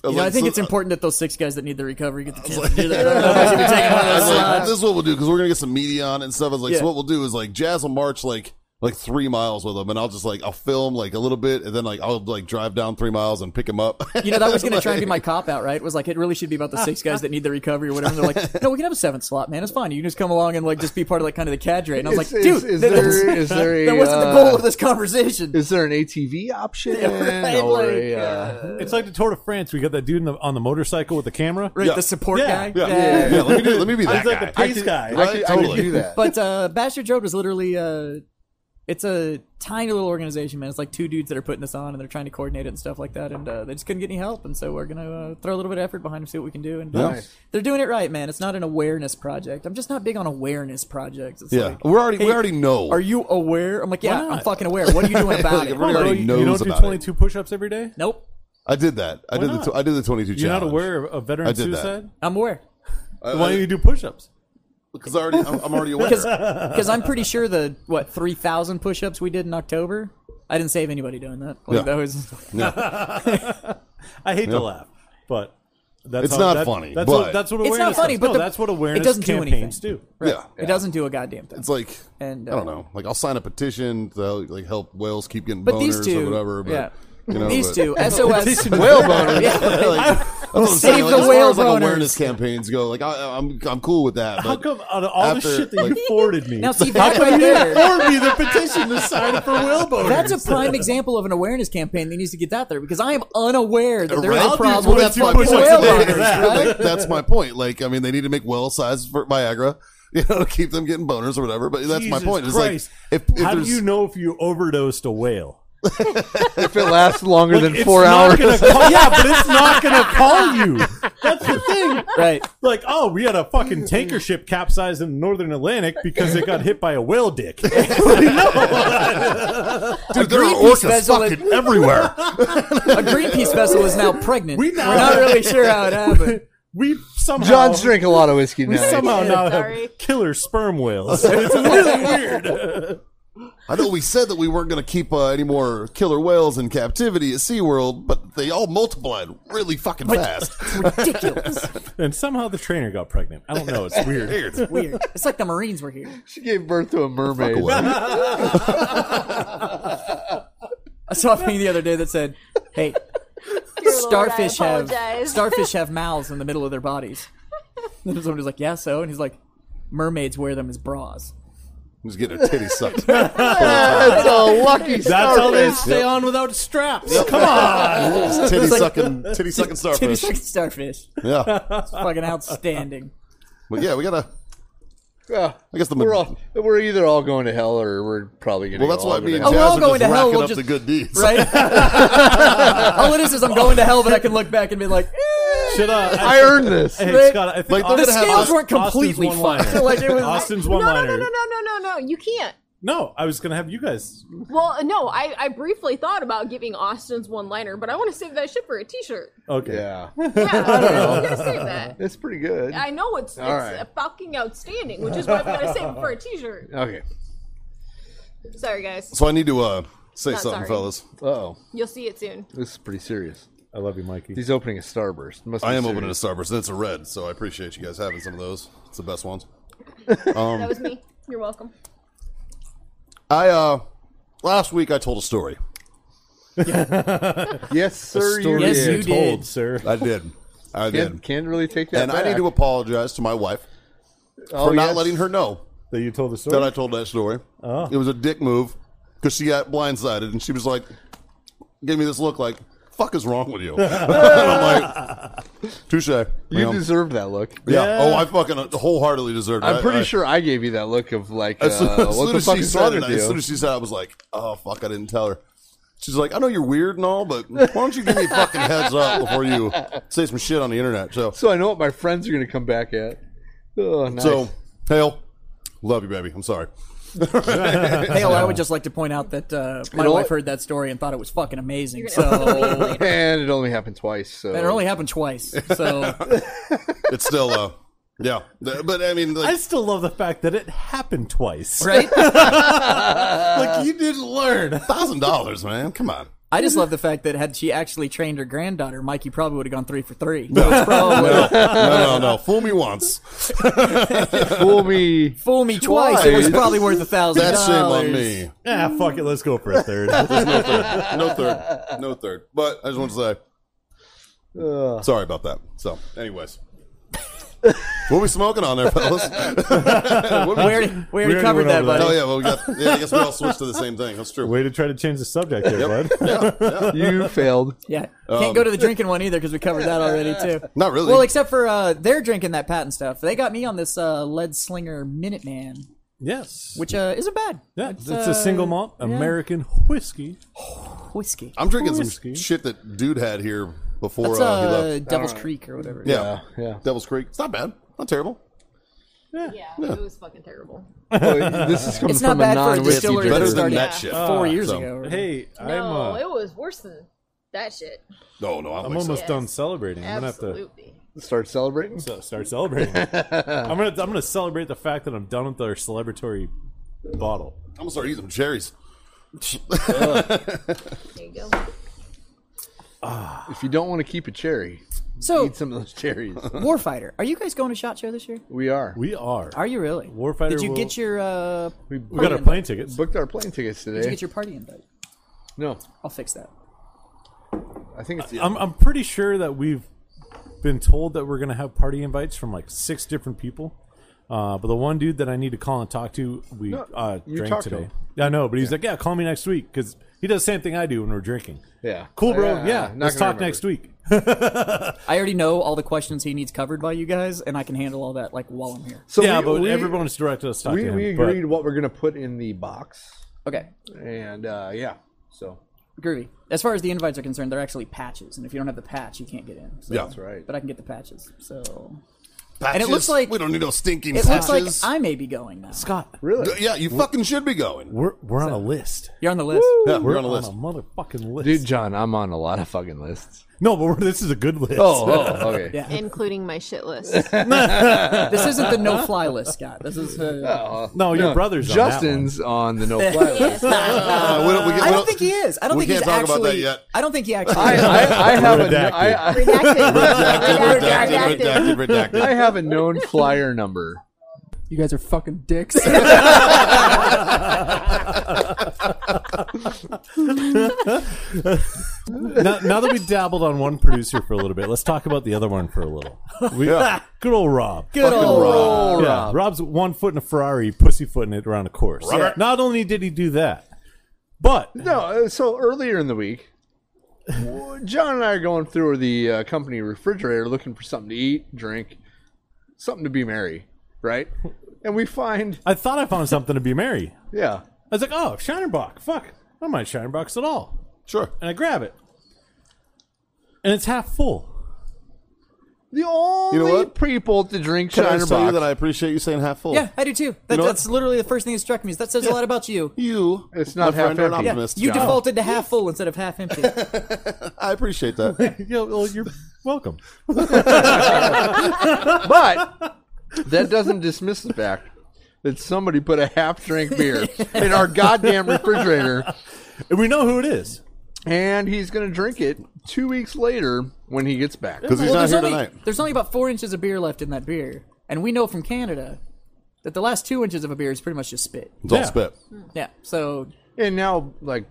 Speaker 3: you know, I
Speaker 4: like,
Speaker 3: think
Speaker 4: so-
Speaker 3: it's important that those six guys that need the recovery get the chance to do that. I don't know if I should be taking one of
Speaker 4: I
Speaker 3: those
Speaker 4: was like,
Speaker 3: slots.
Speaker 4: this is what we'll do because we're gonna get some media on it and stuff. I was like,
Speaker 3: Yeah.
Speaker 4: so what we'll do is like Jazz will march like like three miles with him, and I'll just like I'll film like a little bit, and then like I'll like drive down three miles and pick him up.
Speaker 3: You know, that was going to try and be my cop out, right? Was like, it really should be about the six guys that need the recovery or whatever. And they're like, no, we can have a seventh slot, man. It's fine. You can just come along and like just be part of like kind of the cadre. And I was like,
Speaker 6: Is- is-
Speaker 3: dude,
Speaker 6: is
Speaker 3: that,
Speaker 6: there- is there
Speaker 3: that
Speaker 6: a,
Speaker 3: wasn't the
Speaker 6: uh,
Speaker 3: goal of this conversation.
Speaker 6: Is there an ATV option
Speaker 3: right,
Speaker 6: or
Speaker 3: like,
Speaker 6: a, uh,
Speaker 5: It's like the Tour de France. We got that dude in the, on the motorcycle with the camera.
Speaker 3: Right,
Speaker 4: Yeah.
Speaker 3: the support
Speaker 5: Yeah,
Speaker 3: guy.
Speaker 4: yeah, let me do, let me be that
Speaker 5: It's like the
Speaker 4: guy.
Speaker 5: pace guy.
Speaker 6: I could, I could
Speaker 4: Totally.
Speaker 6: do that.
Speaker 3: But uh, Bastard Road was literally uh, it's a tiny little organization, man. It's like two dudes that are putting this on and they're trying to coordinate it and stuff like that. And uh, they just couldn't get any help, and so we're gonna uh, throw a little bit of effort behind them, see what we can do. And uh,
Speaker 4: Nice.
Speaker 3: they're doing it right, man. It's not an awareness project. I'm just not big on awareness projects. It's
Speaker 4: Yeah,
Speaker 3: like,
Speaker 4: we're already we
Speaker 3: hey,
Speaker 4: already know.
Speaker 3: Are you aware? I'm like, yeah,
Speaker 5: not?
Speaker 3: I'm fucking aware. What are you doing about
Speaker 4: Like,
Speaker 3: it?
Speaker 4: everybody
Speaker 5: Oh,
Speaker 4: already
Speaker 5: you, you
Speaker 4: knows
Speaker 5: don't do
Speaker 4: about it.
Speaker 5: 22 push ups every day?
Speaker 3: Nope.
Speaker 4: I did that. I did
Speaker 5: not?
Speaker 4: the tw- I did the 22
Speaker 5: You're
Speaker 4: challenge.
Speaker 5: not aware of, of
Speaker 4: I
Speaker 5: veteran
Speaker 4: did that. Uh,
Speaker 5: suicide?
Speaker 3: I'm aware
Speaker 5: Why don't you do push-ups?
Speaker 4: because I already I'm, I'm already aware.
Speaker 3: because I'm pretty sure the what 3,000 push-ups we did in October. I didn't save anybody doing that. Like
Speaker 4: Yeah.
Speaker 3: that was
Speaker 5: I hate to laugh, but that's
Speaker 4: It's
Speaker 5: how-
Speaker 4: not
Speaker 5: that-
Speaker 4: funny,
Speaker 5: That's
Speaker 4: but-
Speaker 5: what, that's what
Speaker 3: It's not
Speaker 5: awareness
Speaker 3: funny,
Speaker 5: does.
Speaker 3: but
Speaker 5: No,
Speaker 3: the-
Speaker 5: that's what
Speaker 3: it
Speaker 5: awareness
Speaker 3: doesn't do
Speaker 5: campaigns do.
Speaker 4: yeah.
Speaker 3: it doesn't do a goddamn thing.
Speaker 4: It's like
Speaker 3: And,
Speaker 4: I don't
Speaker 3: uh,
Speaker 4: know. Like I'll sign a petition to like help whales keep getting
Speaker 3: But
Speaker 4: boners
Speaker 3: these two,
Speaker 4: or whatever. But,
Speaker 3: yeah,
Speaker 4: you know,
Speaker 3: these
Speaker 4: but-
Speaker 3: two SOS
Speaker 4: whale boners.
Speaker 3: Yeah.
Speaker 4: like, that's what I'm
Speaker 3: Save
Speaker 4: saying. Like,
Speaker 3: the
Speaker 4: as
Speaker 3: whale
Speaker 4: far as, like,
Speaker 3: boners.
Speaker 4: awareness campaigns go, like I, I'm I'm cool with that.
Speaker 5: How
Speaker 4: but
Speaker 5: come out of all
Speaker 4: after,
Speaker 5: the shit that
Speaker 4: like-
Speaker 5: you forwarded me,
Speaker 3: Now, see,
Speaker 5: how
Speaker 3: that right
Speaker 5: come you
Speaker 3: there-
Speaker 5: didn't forward me the petition to sign up for whalebone?
Speaker 3: That's a prime example of an awareness campaign that needs to get out there because I am unaware that there's
Speaker 4: Right?
Speaker 3: a
Speaker 5: do
Speaker 3: problem
Speaker 4: Well,
Speaker 5: with
Speaker 4: that's
Speaker 5: you
Speaker 4: my
Speaker 5: push
Speaker 4: point.
Speaker 5: up today.
Speaker 4: Like,
Speaker 5: Yeah.
Speaker 4: like, that's my point. Like, I mean, they need to make well-sized for Viagra, you know, to keep them getting boners or whatever. But that's my
Speaker 5: Jesus
Speaker 4: point. It's like
Speaker 5: Christ.
Speaker 4: if, if
Speaker 5: how do
Speaker 4: there's
Speaker 5: you know if you overdosed a whale?
Speaker 6: if it lasts longer
Speaker 5: Like,
Speaker 6: than
Speaker 5: it's
Speaker 6: four
Speaker 5: not
Speaker 6: hours.
Speaker 5: gonna call- yeah, but it's not going to call you. That's the thing.
Speaker 3: right.
Speaker 5: Like, oh, we had a fucking tanker ship capsize in the northern Atlantic because it got hit by a whale dick.
Speaker 4: dude, there are
Speaker 3: Greenpeace
Speaker 4: orcas
Speaker 3: vessel is-
Speaker 4: fucking everywhere.
Speaker 3: A Greenpeace vessel is now pregnant.
Speaker 5: We
Speaker 3: We
Speaker 5: now-
Speaker 3: are not really sure how it happened.
Speaker 5: We somehow
Speaker 6: John's drinking a lot of whiskey
Speaker 5: we
Speaker 6: now.
Speaker 5: somehow
Speaker 7: Yeah,
Speaker 5: now
Speaker 7: sorry.
Speaker 5: have killer sperm whales. It's really weird.
Speaker 4: I know we said that we weren't going to keep uh, any more killer whales in captivity at SeaWorld, but they all multiplied really fucking fast.
Speaker 3: Ridiculous.
Speaker 5: And somehow the trainer got pregnant. I don't know. It's weird.
Speaker 4: Weird.
Speaker 3: Weird. It's like the Marines were here.
Speaker 6: she gave birth to a mermaid.
Speaker 4: Well,
Speaker 3: I saw a thing the other day that said, "Hey,
Speaker 7: Dear Lord,
Speaker 3: starfish
Speaker 7: I
Speaker 3: have
Speaker 7: apologize.
Speaker 3: starfish have mouths in the middle of their bodies." And then somebody's like, "Yeah, so," and he's like, "Mermaids wear them as bras."
Speaker 4: I'm just getting her titty sucked.
Speaker 6: That's a lucky
Speaker 5: That's how they
Speaker 6: starfish.
Speaker 5: stay on without straps. Come on.
Speaker 4: titty sucking, titty sucking
Speaker 3: Titty
Speaker 4: starfish.
Speaker 3: sucking starfish.
Speaker 4: Yeah,
Speaker 3: It's fucking outstanding.
Speaker 4: but yeah, we gotta.
Speaker 6: Yeah.
Speaker 4: I guess the
Speaker 6: We're all, we're either all going to hell or we're probably going.
Speaker 4: well, that's
Speaker 6: all
Speaker 4: why
Speaker 6: go
Speaker 4: me
Speaker 6: to
Speaker 4: and
Speaker 6: hell.
Speaker 3: Oh, we're all
Speaker 4: Jazz are just
Speaker 3: going to hell,
Speaker 4: racking
Speaker 3: we'll
Speaker 4: up the
Speaker 3: just-
Speaker 4: good deeds.
Speaker 3: Right? All it is is I'm going to hell, but I can look back and be like, eh.
Speaker 5: Should, uh, I,
Speaker 6: I earned this.
Speaker 5: hey, Scott, I think
Speaker 4: Like, they're gonna
Speaker 3: the
Speaker 5: Austin-
Speaker 4: have
Speaker 3: scales
Speaker 4: Austin-
Speaker 3: weren't completely
Speaker 5: Austin's
Speaker 3: fun.
Speaker 5: one-liner.
Speaker 3: like it was.
Speaker 5: Austin's
Speaker 7: No,
Speaker 5: one
Speaker 7: no,
Speaker 5: liner.
Speaker 7: no, no, no, no, no, no. You can't.
Speaker 5: No, I was going to have you guys.
Speaker 7: Well, uh, no, I, I briefly thought about giving Austin's one liner, but I want to save that shit for a t shirt.
Speaker 5: Okay.
Speaker 6: Yeah,
Speaker 7: Yeah, I am going to save that.
Speaker 6: it's pretty good.
Speaker 7: I know it's, it's
Speaker 6: All right.
Speaker 7: fucking outstanding, which is why I've got to save it for a t shirt.
Speaker 6: Okay.
Speaker 7: Sorry, guys.
Speaker 4: So I need to uh, say
Speaker 7: Not
Speaker 4: something,
Speaker 7: sorry.
Speaker 4: fellas.
Speaker 6: Uh oh,
Speaker 7: You'll see it soon.
Speaker 6: this is pretty serious.
Speaker 5: I love you, Mikey.
Speaker 6: He's opening a starburst. Must be
Speaker 4: I am
Speaker 6: serious.
Speaker 4: opening a Starburst, and it's a red, so I appreciate you guys having some of those. It's the best ones.
Speaker 6: Um,
Speaker 7: that was me. You're welcome.
Speaker 4: I uh, last week I told a story.
Speaker 6: Yes, sir. You
Speaker 5: Story
Speaker 3: Yes,
Speaker 5: you're
Speaker 3: you
Speaker 6: did.
Speaker 5: told,
Speaker 3: did.
Speaker 5: sir.
Speaker 4: I did. I did.
Speaker 6: Can't, can't really take that.
Speaker 4: and I need to apologize to my wife
Speaker 6: oh,
Speaker 4: for not
Speaker 6: yes.
Speaker 4: letting her know
Speaker 5: That you told the
Speaker 4: that
Speaker 5: story.
Speaker 4: I told that story. It was a dick move because she got blindsided and she was like, gave me this look like, fuck is wrong with you? and I'm like, touche. You
Speaker 6: You
Speaker 4: know?
Speaker 6: deserve that look.
Speaker 4: yeah.
Speaker 5: Yeah.
Speaker 4: Oh, I fucking wholeheartedly deserved it.
Speaker 6: I'm
Speaker 4: I-
Speaker 6: pretty
Speaker 4: I-
Speaker 6: sure I gave you that look of like,
Speaker 4: As soon,
Speaker 6: uh,
Speaker 4: as
Speaker 6: what
Speaker 4: soon
Speaker 6: the
Speaker 4: as
Speaker 6: fuck
Speaker 4: she
Speaker 6: is
Speaker 4: said
Speaker 6: wrong
Speaker 4: it,
Speaker 6: with
Speaker 4: as soon
Speaker 6: you?
Speaker 4: as she said, it, I was like, "Oh fuck, I didn't tell her." She's like, "I know you're weird and all, but why don't you give me a fucking heads up before you say some shit on the internet?" So,
Speaker 6: So I know what my friends are going to come back at. Oh, nice.
Speaker 4: so, Hale, love you, baby. I'm sorry.
Speaker 3: Hale, oh, I would just like to point out that uh, my
Speaker 6: know
Speaker 3: wife
Speaker 6: what?
Speaker 3: heard that story and thought it was fucking amazing.
Speaker 7: You're
Speaker 3: So,
Speaker 7: gonna
Speaker 3: and
Speaker 6: and it only happened twice. So
Speaker 3: it only happened twice. So,
Speaker 4: It's still, uh, yeah, Th- but I mean,
Speaker 5: I
Speaker 4: like,
Speaker 5: still love the fact that it happened twice.
Speaker 3: right?
Speaker 5: Like you didn't learn.
Speaker 4: thousand dollars, man. Come on.
Speaker 3: I just love the fact that had she actually trained her granddaughter, Mikey probably would have gone three for three. So it's probably
Speaker 4: No, no, no. Fool me once.
Speaker 6: fool me.
Speaker 3: fool me twice. It was
Speaker 6: Twice.
Speaker 3: probably worth a thousand
Speaker 4: That's
Speaker 3: dollars.
Speaker 4: shame on me.
Speaker 5: Ah, fuck it. Let's go for a third.
Speaker 4: No third. No third. No third. But I just want to say, sorry about that. So, anyways. what are we smoking on there, fellas? What are we-
Speaker 3: We already, we already
Speaker 5: already
Speaker 3: covered
Speaker 5: went
Speaker 3: that,
Speaker 5: over
Speaker 3: buddy.
Speaker 5: that.
Speaker 4: Oh yeah, well we got. Yeah, I guess we all switched to the same thing. That's true.
Speaker 5: Way to try to change the subject there, bud.
Speaker 6: You failed.
Speaker 3: Yeah, can't go to the drinking one either because we covered that already too.
Speaker 4: Not Oh, really.
Speaker 3: Well, except for uh, they're drinking that patent stuff. They got me on this uh, lead slinger Minuteman,
Speaker 5: Yes.
Speaker 3: which uh, isn't bad.
Speaker 5: yeah, it's,
Speaker 3: uh,
Speaker 5: a single malt American whiskey.
Speaker 3: Whiskey.
Speaker 4: I'm drinking
Speaker 5: Whiskey.
Speaker 4: some shit that dude had here before
Speaker 3: That's
Speaker 4: uh, he
Speaker 3: uh,
Speaker 4: left.
Speaker 3: Devil's Creek or whatever.
Speaker 4: Yeah.
Speaker 6: yeah.
Speaker 4: Devil's Creek. It's not bad. Not terrible.
Speaker 7: Yeah, it was fucking terrible.
Speaker 6: Oh, this is coming
Speaker 3: It's not
Speaker 6: from a
Speaker 3: bad for a
Speaker 6: non-whiskey
Speaker 3: distillery
Speaker 6: drinker.
Speaker 4: Better
Speaker 3: that
Speaker 4: than
Speaker 3: started
Speaker 4: that shit.
Speaker 3: four years
Speaker 4: so.
Speaker 3: ago.
Speaker 5: Hey, I'm.
Speaker 7: No,
Speaker 5: Uh,
Speaker 7: it was worse than That shit.
Speaker 1: No, no, I
Speaker 5: I'm
Speaker 1: like
Speaker 5: almost
Speaker 1: so.
Speaker 5: done celebrating. I'm gonna have to
Speaker 7: Absolutely.
Speaker 6: Start celebrating.
Speaker 5: so start celebrating. I'm gonna I'm gonna celebrate the fact that I'm done with our celebratory bottle.
Speaker 4: I'm gonna start eating some cherries.
Speaker 7: There you go.
Speaker 6: If you don't want to keep a cherry,
Speaker 3: So,
Speaker 6: eat some of those cherries.
Speaker 3: Warfighter, are you guys going to Shot Show this year?
Speaker 6: we are. We
Speaker 5: We are.
Speaker 3: Are you really?
Speaker 5: Warfighter
Speaker 3: Did you
Speaker 5: will-
Speaker 3: get your uh,
Speaker 5: we got our plane tickets.
Speaker 6: booked our plane tickets
Speaker 3: Did you
Speaker 6: today.
Speaker 3: get your party invite?
Speaker 6: no,
Speaker 3: I'll fix that.
Speaker 6: I think it's the
Speaker 5: I'm I'm pretty sure that we've been told that we're gonna have party invites from like six different people. Uh, but the one dude that I need to call and talk to, we
Speaker 6: No,
Speaker 5: uh,
Speaker 6: you
Speaker 5: drank
Speaker 6: talked to
Speaker 5: today.
Speaker 6: him.
Speaker 5: Yeah, I know, but he's like, "Yeah, call me next week" because he does the same thing I do when we're drinking.
Speaker 6: yeah.
Speaker 5: Cool, bro.
Speaker 6: Uh,
Speaker 5: Yeah,
Speaker 6: not
Speaker 5: let's
Speaker 6: gonna
Speaker 5: talk
Speaker 6: remember.
Speaker 5: next week.
Speaker 3: I already know all the questions he needs covered by you guys, and I can handle all that like while I'm here.
Speaker 6: So
Speaker 5: yeah,
Speaker 6: we,
Speaker 5: but
Speaker 6: we,
Speaker 5: everyone's directed us to talk
Speaker 6: we,
Speaker 5: to him.
Speaker 6: we
Speaker 5: but-
Speaker 6: agreed what we're gonna put in the box,
Speaker 3: Okay,
Speaker 6: and uh, yeah. So
Speaker 3: groovy. As far as the invites are concerned, they're actually patches, and if you don't have the patch, you can't get in. So.
Speaker 1: Yeah.
Speaker 6: that's right.
Speaker 3: But I can get the patches. So
Speaker 4: Patches?
Speaker 3: looks like-
Speaker 4: we don't need no stinking
Speaker 3: it
Speaker 4: patches.
Speaker 3: looks like I may be going now.
Speaker 5: Scott,
Speaker 6: Really,
Speaker 4: yeah, you fucking should be going.
Speaker 5: we're we're on a list.
Speaker 3: You're on the list.
Speaker 4: Yeah, we're,
Speaker 5: We're
Speaker 4: on a list.
Speaker 5: motherfucking list,
Speaker 6: dude, John, I'm on a lot of fucking lists.
Speaker 5: No, but we're, this is a good list.
Speaker 6: oh, okay.
Speaker 3: Yeah.
Speaker 7: Including my shit list.
Speaker 3: This isn't the no fly list, Scott. This is. Uh,
Speaker 5: no, your brother's on that one.
Speaker 6: Justin's on, the no fly list.
Speaker 7: Yes, I-
Speaker 4: Uh, we don't- we get-
Speaker 3: I
Speaker 4: we
Speaker 3: don't think he is. I don't
Speaker 4: we
Speaker 3: think he's
Speaker 4: can't talk about
Speaker 3: actually.
Speaker 4: that yet.
Speaker 3: I don't think he actually.
Speaker 6: I,
Speaker 3: is.
Speaker 6: I, I have a,
Speaker 5: Redacted.
Speaker 6: I, I,
Speaker 7: redacted.
Speaker 4: Redacted,
Speaker 7: Redacted.
Speaker 4: redacted, redacted,
Speaker 6: I
Speaker 4: redacted.
Speaker 6: have a known flyer number.
Speaker 3: You guys are fucking dicks.
Speaker 5: now, now that we dabbled on one producer for a little bit, let's talk about the other one for a little. We,
Speaker 4: Yeah.
Speaker 5: Good old Rob.
Speaker 3: Good old Rob.
Speaker 5: Yeah, Rob's one foot in a Ferrari, pussyfooting it around a course.
Speaker 4: Robert.
Speaker 5: Not only did he do that, but
Speaker 6: No, uh, so earlier in the week, w- John and I are going through the uh, company refrigerator looking for something to eat, drink, something to be merry, right? And we find,
Speaker 5: I thought I found something to be merry.
Speaker 6: yeah,
Speaker 5: I was like, oh, Shinerbach. Fuck. I don't mind Shinerbachs at all.
Speaker 4: Sure.
Speaker 5: And I grab it. And it's half full.
Speaker 6: the only
Speaker 4: what?
Speaker 6: people to drink
Speaker 4: Can I
Speaker 6: Shiner
Speaker 4: just tell you
Speaker 6: Bock.
Speaker 4: that I appreciate you saying half full?
Speaker 3: yeah, I do too. That,
Speaker 4: know what?
Speaker 3: that's literally the first thing that struck me. Is that says a lot about you.
Speaker 4: You,
Speaker 6: It's
Speaker 4: my
Speaker 6: not half
Speaker 4: friend, are an
Speaker 6: empty. Yeah,
Speaker 4: optimist.
Speaker 3: You
Speaker 6: John.
Speaker 3: defaulted to half full instead of half empty.
Speaker 4: I appreciate that.
Speaker 5: You know, well, you're welcome.
Speaker 6: But that doesn't dismiss the fact that somebody put a half drink beer in our goddamn refrigerator
Speaker 5: And we know who it is.
Speaker 6: and he's going to drink it two weeks later when he gets back.
Speaker 4: Because he's
Speaker 3: Well,
Speaker 4: not
Speaker 3: there's
Speaker 4: here
Speaker 3: only
Speaker 4: tonight.
Speaker 3: there's only about four inches of beer left in that beer, and we know from Canada that the last two inches of a beer is pretty much just spit.
Speaker 4: It's all
Speaker 5: Yeah.
Speaker 4: spit.
Speaker 3: Yeah. So
Speaker 6: And now, like,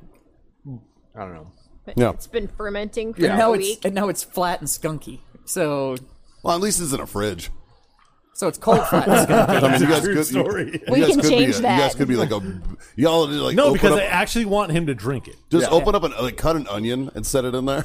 Speaker 6: I don't know.
Speaker 4: Yeah.
Speaker 7: It's been fermenting for
Speaker 6: Yeah.
Speaker 7: a
Speaker 3: now it's
Speaker 7: week.
Speaker 3: and now it's flat and skunky. So
Speaker 4: Well, at least it's in a fridge.
Speaker 3: so it's cold flat. and skunky.
Speaker 4: I mean, you guys
Speaker 5: true
Speaker 4: could.
Speaker 5: story.
Speaker 4: You, you
Speaker 7: We
Speaker 4: guys
Speaker 7: can
Speaker 4: could
Speaker 7: change
Speaker 4: be a,
Speaker 7: that.
Speaker 4: You guys could be like a. Y'all need to, like
Speaker 5: No,
Speaker 4: open
Speaker 5: because
Speaker 4: up,
Speaker 5: I actually want him to drink it.
Speaker 4: just open up and like cut an onion and set it in there.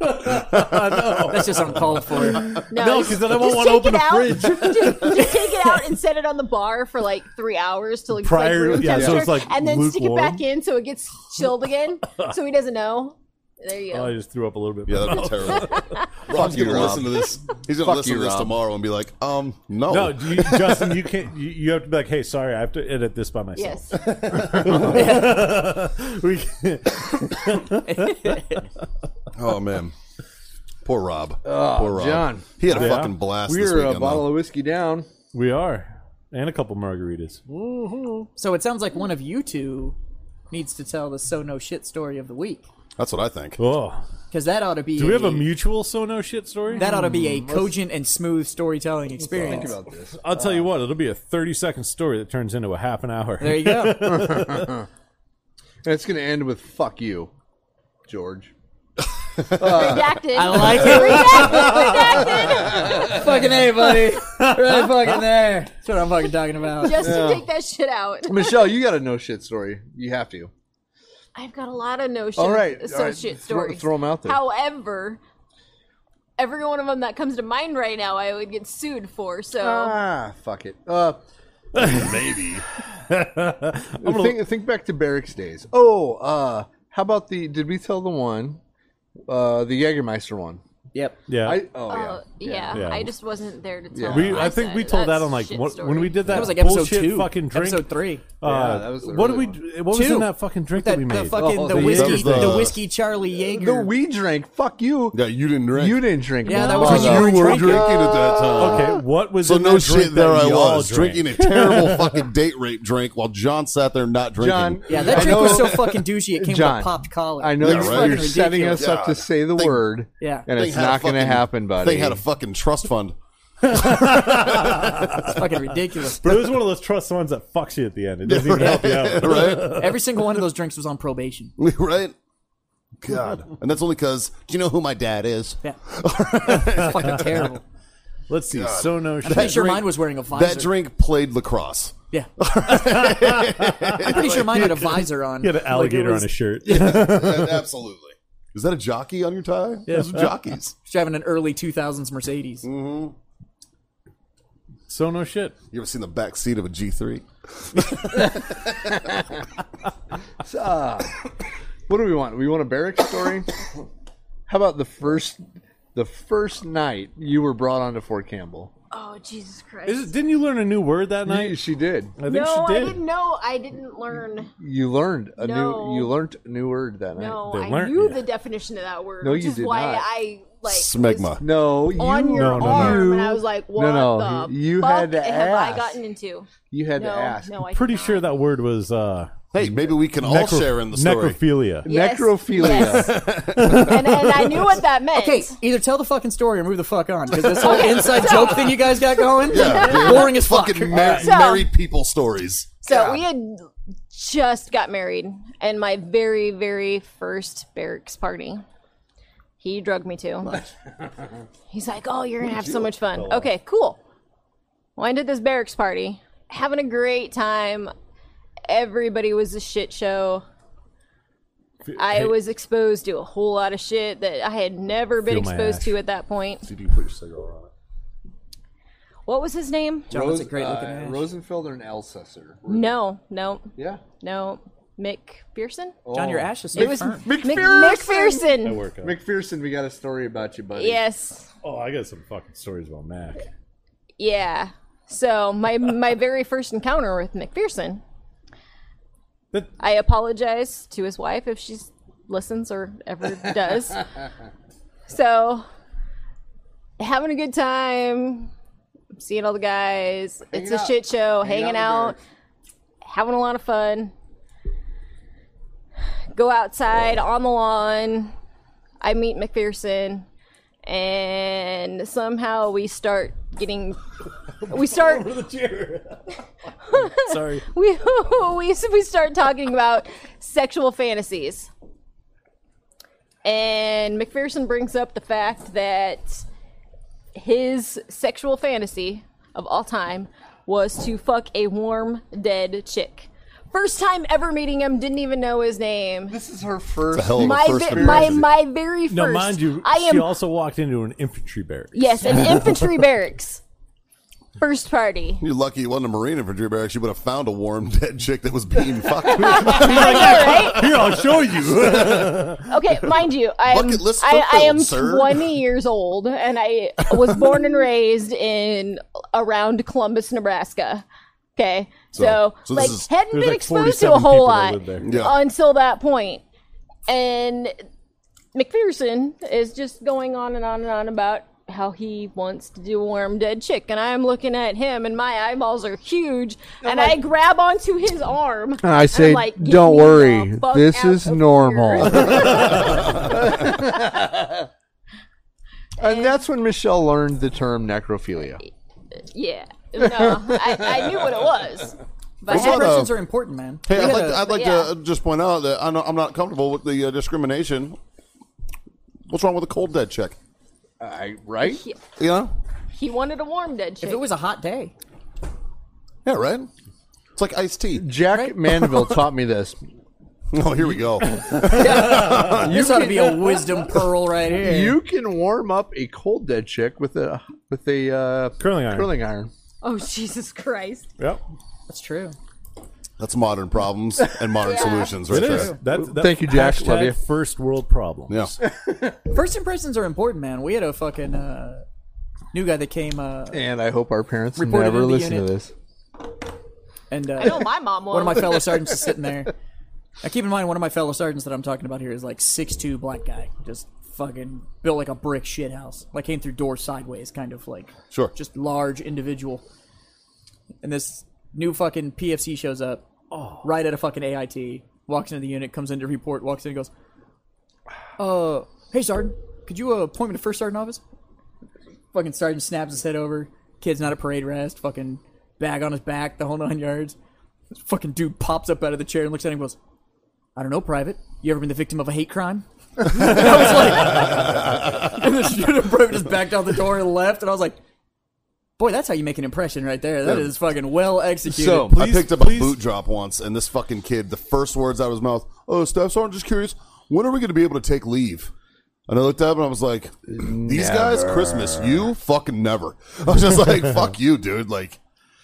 Speaker 3: That's just uncalled for.
Speaker 5: No,
Speaker 7: just-
Speaker 5: 'cause then I won't
Speaker 7: just
Speaker 5: wanna
Speaker 7: take
Speaker 5: open
Speaker 7: it
Speaker 5: a
Speaker 7: out.
Speaker 5: fridge.
Speaker 7: just, just take it out and set it on the bar for like three hours till it's
Speaker 5: Prior- yeah, so
Speaker 7: temperature,
Speaker 5: it's, like,
Speaker 7: and then stick it back
Speaker 5: lukewarm.
Speaker 7: in so it gets chilled again, so he doesn't know. There you go.
Speaker 5: Oh, I just threw up a little bit.
Speaker 4: yeah, that'd be terrible. Rob's
Speaker 6: you,
Speaker 4: gonna
Speaker 6: Rob.
Speaker 4: listen to this. He's gonna
Speaker 6: Fuck
Speaker 4: listen
Speaker 6: you,
Speaker 4: to this
Speaker 6: Rob.
Speaker 4: tomorrow and be like, um, no.
Speaker 5: No, do you, Justin, you can't. You, you have to be like, hey, sorry, I have to edit this by myself.
Speaker 7: yes.
Speaker 5: We can't-
Speaker 4: Oh man, poor Rob. poor Rob.
Speaker 6: Oh, John.
Speaker 4: He had a
Speaker 5: Yeah.
Speaker 4: fucking blast. this
Speaker 6: We're
Speaker 4: weekend,
Speaker 6: a bottle
Speaker 4: though.
Speaker 6: of whiskey down.
Speaker 5: we are, and a couple margaritas.
Speaker 3: So it sounds like one of you two needs to tell the so no shit story of the week
Speaker 4: That's what I think.
Speaker 5: Oh,
Speaker 3: because that ought to be.
Speaker 5: do we have a mutual so no shit story?
Speaker 3: That ought to be a cogent and smooth storytelling experience.
Speaker 6: About this.
Speaker 5: I'll tell you what, it'll be a thirty-second story that turns into a half an hour.
Speaker 3: There you go.
Speaker 6: And it's going to end with fuck you, George.
Speaker 7: redacted.
Speaker 3: I like it.
Speaker 7: redacted. Redacted.
Speaker 3: fucking A, buddy. Right fucking there. That's what I'm fucking talking about.
Speaker 7: Just to take that shit out.
Speaker 6: Michelle, you got a no shit story. You have to.
Speaker 7: I've got a lot of no shit,
Speaker 6: All right,
Speaker 7: so
Speaker 6: all right,
Speaker 7: shit
Speaker 6: throw-
Speaker 7: stories.
Speaker 6: throw 'em out there.
Speaker 7: However, every one of them that comes to mind right now, I would get sued for. So
Speaker 6: Ah, fuck it. Uh,
Speaker 1: Maybe.
Speaker 6: think, think back to barracks days. Oh, uh, how about the? Did we tell the one, uh, the Jägermeister one?
Speaker 3: Yep.
Speaker 5: Yeah,
Speaker 6: I oh yeah.
Speaker 7: Oh, Yeah,
Speaker 5: Yeah.
Speaker 7: I just wasn't there to tell.
Speaker 5: We,
Speaker 7: them.
Speaker 5: I think we
Speaker 7: said,
Speaker 5: told that
Speaker 7: "That's
Speaker 5: on like
Speaker 7: shit
Speaker 5: what,
Speaker 7: story."
Speaker 5: when we did that,
Speaker 3: That was like episode
Speaker 5: bullshit
Speaker 3: two,
Speaker 5: fucking drink.
Speaker 3: episode three.
Speaker 5: Uh,
Speaker 6: Yeah, that was the
Speaker 5: what did we?
Speaker 6: early
Speaker 5: do- What was
Speaker 3: Two.
Speaker 5: in that fucking drink that,
Speaker 3: That,
Speaker 5: we
Speaker 3: the
Speaker 5: made?
Speaker 3: fucking
Speaker 6: Oh,
Speaker 3: the
Speaker 6: that
Speaker 3: whiskey
Speaker 4: was
Speaker 3: the,
Speaker 4: the-
Speaker 3: whiskey Charlie
Speaker 6: The
Speaker 3: Jaeger.
Speaker 6: we drank. Fuck you.
Speaker 4: Yeah, you didn't drink.
Speaker 6: You didn't drink.
Speaker 3: Yeah,
Speaker 6: man.
Speaker 3: that was
Speaker 4: Because
Speaker 3: when
Speaker 4: you were
Speaker 3: drinking.
Speaker 4: drinking at that time.
Speaker 5: okay, what was
Speaker 4: So
Speaker 5: in
Speaker 4: no
Speaker 5: that drink
Speaker 4: shit, there
Speaker 5: that
Speaker 4: I
Speaker 5: y'all
Speaker 4: was
Speaker 5: drank?
Speaker 4: drinking a terrible fucking date rape drink while John sat there not drinking.
Speaker 6: John.
Speaker 3: yeah,
Speaker 6: I
Speaker 3: that drink
Speaker 6: know-
Speaker 3: was so fucking douchey. It came
Speaker 6: John,
Speaker 3: with a popped collar.
Speaker 6: I know
Speaker 4: Yeah,
Speaker 6: you're,
Speaker 4: right.
Speaker 6: you're
Speaker 4: Ridiculous.
Speaker 6: setting us up to
Speaker 4: God.
Speaker 6: say the
Speaker 4: Thing-
Speaker 6: word.
Speaker 3: Yeah.
Speaker 6: and
Speaker 4: Thing
Speaker 6: it's
Speaker 4: had a
Speaker 6: not going to
Speaker 4: fucking-
Speaker 6: happen, buddy.
Speaker 4: Thing had a fucking trust fund.
Speaker 3: It's fucking ridiculous.
Speaker 5: But it was one of those trust funds that fucks you at the end. It doesn't even help you out.
Speaker 4: right?
Speaker 3: Every single one of those drinks was on probation.
Speaker 4: right? God. And that's only because, do you know who my dad is?
Speaker 3: Yeah, it's fucking terrible.
Speaker 5: Let's see. So no shit.
Speaker 3: Pretty sure
Speaker 4: drink-
Speaker 3: mine was wearing a visor.
Speaker 4: That drink played lacrosse.
Speaker 3: Yeah. I'm pretty sure mine had a visor on.
Speaker 5: He had an alligator on his shirt.
Speaker 4: Absolutely. Is that a jockey on your tie? Yeah. Those are jockeys.
Speaker 3: Driving an early 2000s Mercedes.
Speaker 5: So no shit.
Speaker 4: You ever seen the back seat of a G3?
Speaker 6: What do we want? We want a barrack story. How about the first, the first night you were brought onto Fort Campbell?
Speaker 7: Oh Jesus Christ!
Speaker 5: Is it, didn't you learn a new word that
Speaker 6: You-
Speaker 5: night?
Speaker 6: she did.
Speaker 5: I think
Speaker 7: no,
Speaker 5: she
Speaker 7: I
Speaker 5: did.
Speaker 7: didn't know. I didn't learn.
Speaker 6: You learned a
Speaker 7: No.
Speaker 6: new. You learned a new word that night.
Speaker 7: No,
Speaker 5: They
Speaker 7: I
Speaker 5: learned
Speaker 7: knew
Speaker 5: it.
Speaker 7: the definition of that word.
Speaker 6: No,
Speaker 7: which
Speaker 6: you
Speaker 7: is
Speaker 6: did
Speaker 7: why
Speaker 6: not.
Speaker 7: I like
Speaker 4: Smegma.
Speaker 7: was
Speaker 6: No, you
Speaker 7: on your
Speaker 5: no, no.
Speaker 7: arm, and I was like, "What
Speaker 6: no,
Speaker 7: the
Speaker 6: you- you
Speaker 7: fuck
Speaker 6: had to
Speaker 7: have I
Speaker 6: ask.
Speaker 7: gotten into?"
Speaker 6: you had
Speaker 7: no,
Speaker 6: to ask.
Speaker 7: no, I
Speaker 5: Pretty
Speaker 7: did
Speaker 5: sure
Speaker 7: not.
Speaker 5: that word was uh,
Speaker 4: Hey, maybe we can all
Speaker 5: necro-
Speaker 4: share in the story.
Speaker 5: necrophilia.
Speaker 7: Yes,
Speaker 6: Necrophilia.
Speaker 7: yes. and, and I knew what that meant.
Speaker 3: Okay, either tell the fucking story or move the fuck on. Because this whole inside joke thing you guys got going,
Speaker 4: Yeah, dude.
Speaker 3: boring as fuck.
Speaker 4: fucking mar-
Speaker 7: So-
Speaker 4: married people stories.
Speaker 7: So we had just got married, and my very, very first barracks party, he drugged me to. He's like, "Oh, you're gonna have so much fun." Okay, cool. Winded this barracks party, having a great time. Everybody was a shit show. I
Speaker 5: Hey,
Speaker 7: was exposed to a whole lot of shit that I had never been
Speaker 5: Feel my
Speaker 7: exposed
Speaker 5: ash.
Speaker 7: to at that point.
Speaker 4: Did you put your cigar on it?
Speaker 7: What was his name?
Speaker 3: John, that's a great looking
Speaker 6: uh,
Speaker 3: ass.
Speaker 6: Rosenfeld or an Alcester?
Speaker 7: No, no,
Speaker 6: Yeah.
Speaker 7: no. McPherson?
Speaker 6: Oh.
Speaker 3: John, your ash is so
Speaker 7: It was
Speaker 3: firm.
Speaker 7: Mc- McPherson.
Speaker 5: work out.
Speaker 6: McPherson, we got a story about you, buddy.
Speaker 7: Yes.
Speaker 5: Oh, I got some fucking stories about Mac.
Speaker 7: Yeah. So my my very first encounter with McPherson,
Speaker 5: That-
Speaker 7: I apologize to his wife if she listens or ever does. so having a good time, seeing all the guys. it's a
Speaker 6: out.
Speaker 7: shit show.
Speaker 6: Hang
Speaker 7: hanging
Speaker 6: out
Speaker 7: out,
Speaker 6: with
Speaker 7: having a lot of fun. Go outside on the lawn. I meet McPherson, and somehow we start getting. We start
Speaker 5: Sorry.
Speaker 7: we we we start talking about sexual fantasies, and McPherson brings up the fact that his sexual fantasy of all time was to fuck a warm dead chick. First time ever meeting him, didn't even know his name.
Speaker 6: This is her first.
Speaker 4: The hell of a
Speaker 7: My
Speaker 4: first
Speaker 7: ve- my
Speaker 4: impression.
Speaker 7: my very first.
Speaker 5: Now, mind you,
Speaker 7: I am
Speaker 5: she also walked into an infantry barrack.
Speaker 7: yes, an infantry barracks. First party.
Speaker 4: You're lucky you wasn't a marine infantry barracks. You would have found a warm dead chick that was being fucked.
Speaker 7: I know, right?
Speaker 5: Here, I'll show you.
Speaker 7: Okay, mind you, I'm,
Speaker 4: Bucket list
Speaker 7: I, I am
Speaker 4: fulfilled, sir.
Speaker 7: 20 years old, and I was born and raised in around Columbus, Nebraska. Okay, so,
Speaker 4: So- so this
Speaker 7: like
Speaker 4: is-
Speaker 7: hadn't
Speaker 5: There's
Speaker 7: been
Speaker 5: like
Speaker 7: exposed to
Speaker 5: 47
Speaker 7: a whole
Speaker 5: people that
Speaker 7: lot
Speaker 5: live there.
Speaker 4: Yeah.
Speaker 7: until that point, and McPherson is just going on and on and on about how he wants to do a warm dead chick, and I'm looking at him, and my eyeballs are huge, and I grab onto his arm.
Speaker 6: And I say,
Speaker 7: I'm like, "Get
Speaker 6: don't
Speaker 7: me the
Speaker 6: worry,
Speaker 7: fuck
Speaker 6: this
Speaker 7: out
Speaker 6: is
Speaker 7: of
Speaker 6: normal.
Speaker 7: here."
Speaker 6: and that's when Michelle learned the term necrophilia.
Speaker 7: Yeah. No, I, I knew what it was. But
Speaker 4: What's up?
Speaker 7: I,
Speaker 3: Impressions are important, man.
Speaker 4: Hey, I'd
Speaker 3: We
Speaker 4: like,
Speaker 3: had a-
Speaker 4: I'd like
Speaker 7: yeah.
Speaker 4: to uh, just point out that I'm not, I'm not comfortable with the uh, discrimination. What's wrong with a cold dead chick?
Speaker 6: I, right?
Speaker 4: You know?
Speaker 7: he wanted a warm dead chick.
Speaker 3: if it was a hot day,
Speaker 4: Yeah, right? It's like iced tea.
Speaker 6: Jack Mandeville taught me this.
Speaker 4: Oh, here we go. Uh,
Speaker 3: this ought to be a wisdom pearl right here.
Speaker 6: You can warm up a cold dead chick with a with a uh,
Speaker 5: Curling iron.
Speaker 6: curling iron.
Speaker 7: oh, Jesus Christ.
Speaker 5: Yep.
Speaker 3: That's true.
Speaker 4: That's modern problems and modern solutions right
Speaker 5: It
Speaker 4: there.
Speaker 5: is. That, that
Speaker 6: Thank you, Jack. Love
Speaker 5: hashtag
Speaker 6: you.
Speaker 5: First world problem.
Speaker 4: Yeah.
Speaker 3: First impressions are important, man. We had a fucking uh, new guy that came uh,
Speaker 6: And I hope our parents
Speaker 3: Reported
Speaker 6: never
Speaker 3: in the
Speaker 6: listen
Speaker 3: unit.
Speaker 6: to this.
Speaker 3: and uh,
Speaker 7: I know my mom was.
Speaker 3: one of my fellow sergeants is sitting there. Now, keep in mind, one of my fellow sergeants that I'm talking about here is like six two black guy, just fucking built like a brick shit house. Like came through doors sideways, kind of like
Speaker 4: Sure.
Speaker 3: just large individual. And this new fucking PFC shows up right at a fucking AIT, walks into the unit, comes in to report, walks in and goes, "Uh, hey sergeant, could you uh, point me to first sergeant office?" Fucking sergeant snaps his head over. Kid's not a parade rest. Fucking bag on his back, the whole nine yards. This fucking dude pops up out of the chair and looks at him and goes, I don't know, Private. You ever been the victim of a hate crime? and I was like, and this dude in Private just backed out the door and left. And I was like, boy, that's how you make an impression right there. That is fucking well executed.
Speaker 6: So-
Speaker 4: I picked up
Speaker 5: please-
Speaker 4: a boot drop once, and this fucking kid, the first words out of his mouth, "Oh, staff sergeant, just curious, when are we going to be able to take leave?" And I looked up and I was like, "These guys, Christmas, you fucking never." I was just like, "Fuck you, dude! Like,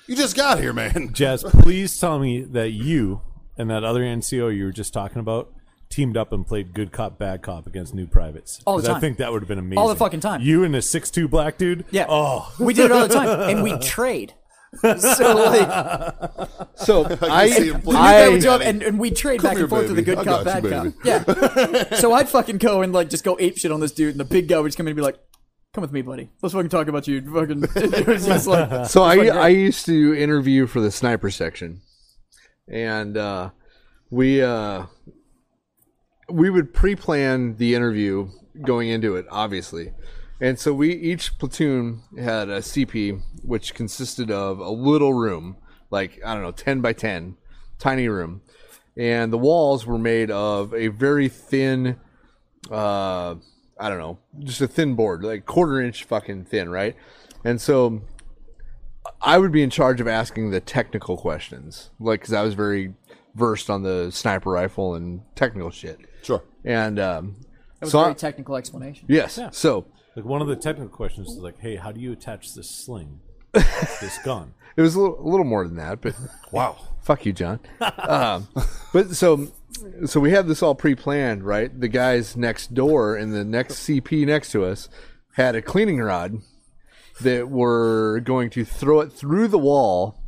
Speaker 4: you just got here, man."
Speaker 5: Jazz, please tell me that you and that other NCO you were just talking about teamed up and played good cop bad cop against new privates.
Speaker 3: All the
Speaker 5: 'Cause I
Speaker 3: time.
Speaker 5: think that would have been amazing.
Speaker 3: All the fucking time.
Speaker 5: You and a six two black dude.
Speaker 3: yeah.
Speaker 5: Oh,
Speaker 3: We did it all the time. And we trade. So, like,
Speaker 6: So I,
Speaker 4: see him playing.
Speaker 6: I,
Speaker 3: I, would
Speaker 4: Hey,
Speaker 3: job, and, and we trade back
Speaker 4: here,
Speaker 3: and forth to the
Speaker 4: baby.
Speaker 3: good
Speaker 4: I
Speaker 3: cop,
Speaker 4: got
Speaker 3: bad
Speaker 4: you,
Speaker 3: cop. Yeah. so I'd fucking go and like just go ape shit on this dude, and the big guy would just come in and be like, "Come with me, buddy. Let's fucking talk about you." Fucking. It was just like,
Speaker 6: so I, I used to interview for the sniper section, and uh, we uh, we would pre-plan the interview going into it, obviously, and so we each platoon had a CP, which consisted of a little room, like I don't know, ten by ten, tiny room, and the walls were made of a very thin uh, I don't know, just a thin board, like quarter inch fucking thin, right? And so I would be in charge of asking the technical questions, like, because I was very versed on the sniper rifle and technical shit.
Speaker 4: Sure.
Speaker 6: And, um,
Speaker 3: That was
Speaker 6: so
Speaker 3: a
Speaker 6: I-
Speaker 3: very technical explanation.
Speaker 6: yes, so
Speaker 5: like one of the technical questions is like, hey, how do you attach this sling, this gun?
Speaker 6: it was a little, a little more than that, but
Speaker 4: Wow.
Speaker 6: fuck you, John. um, but so, so we had this all pre-planned, right? The guys next door and the next CP next to us had a cleaning rod that were going to throw it through the wall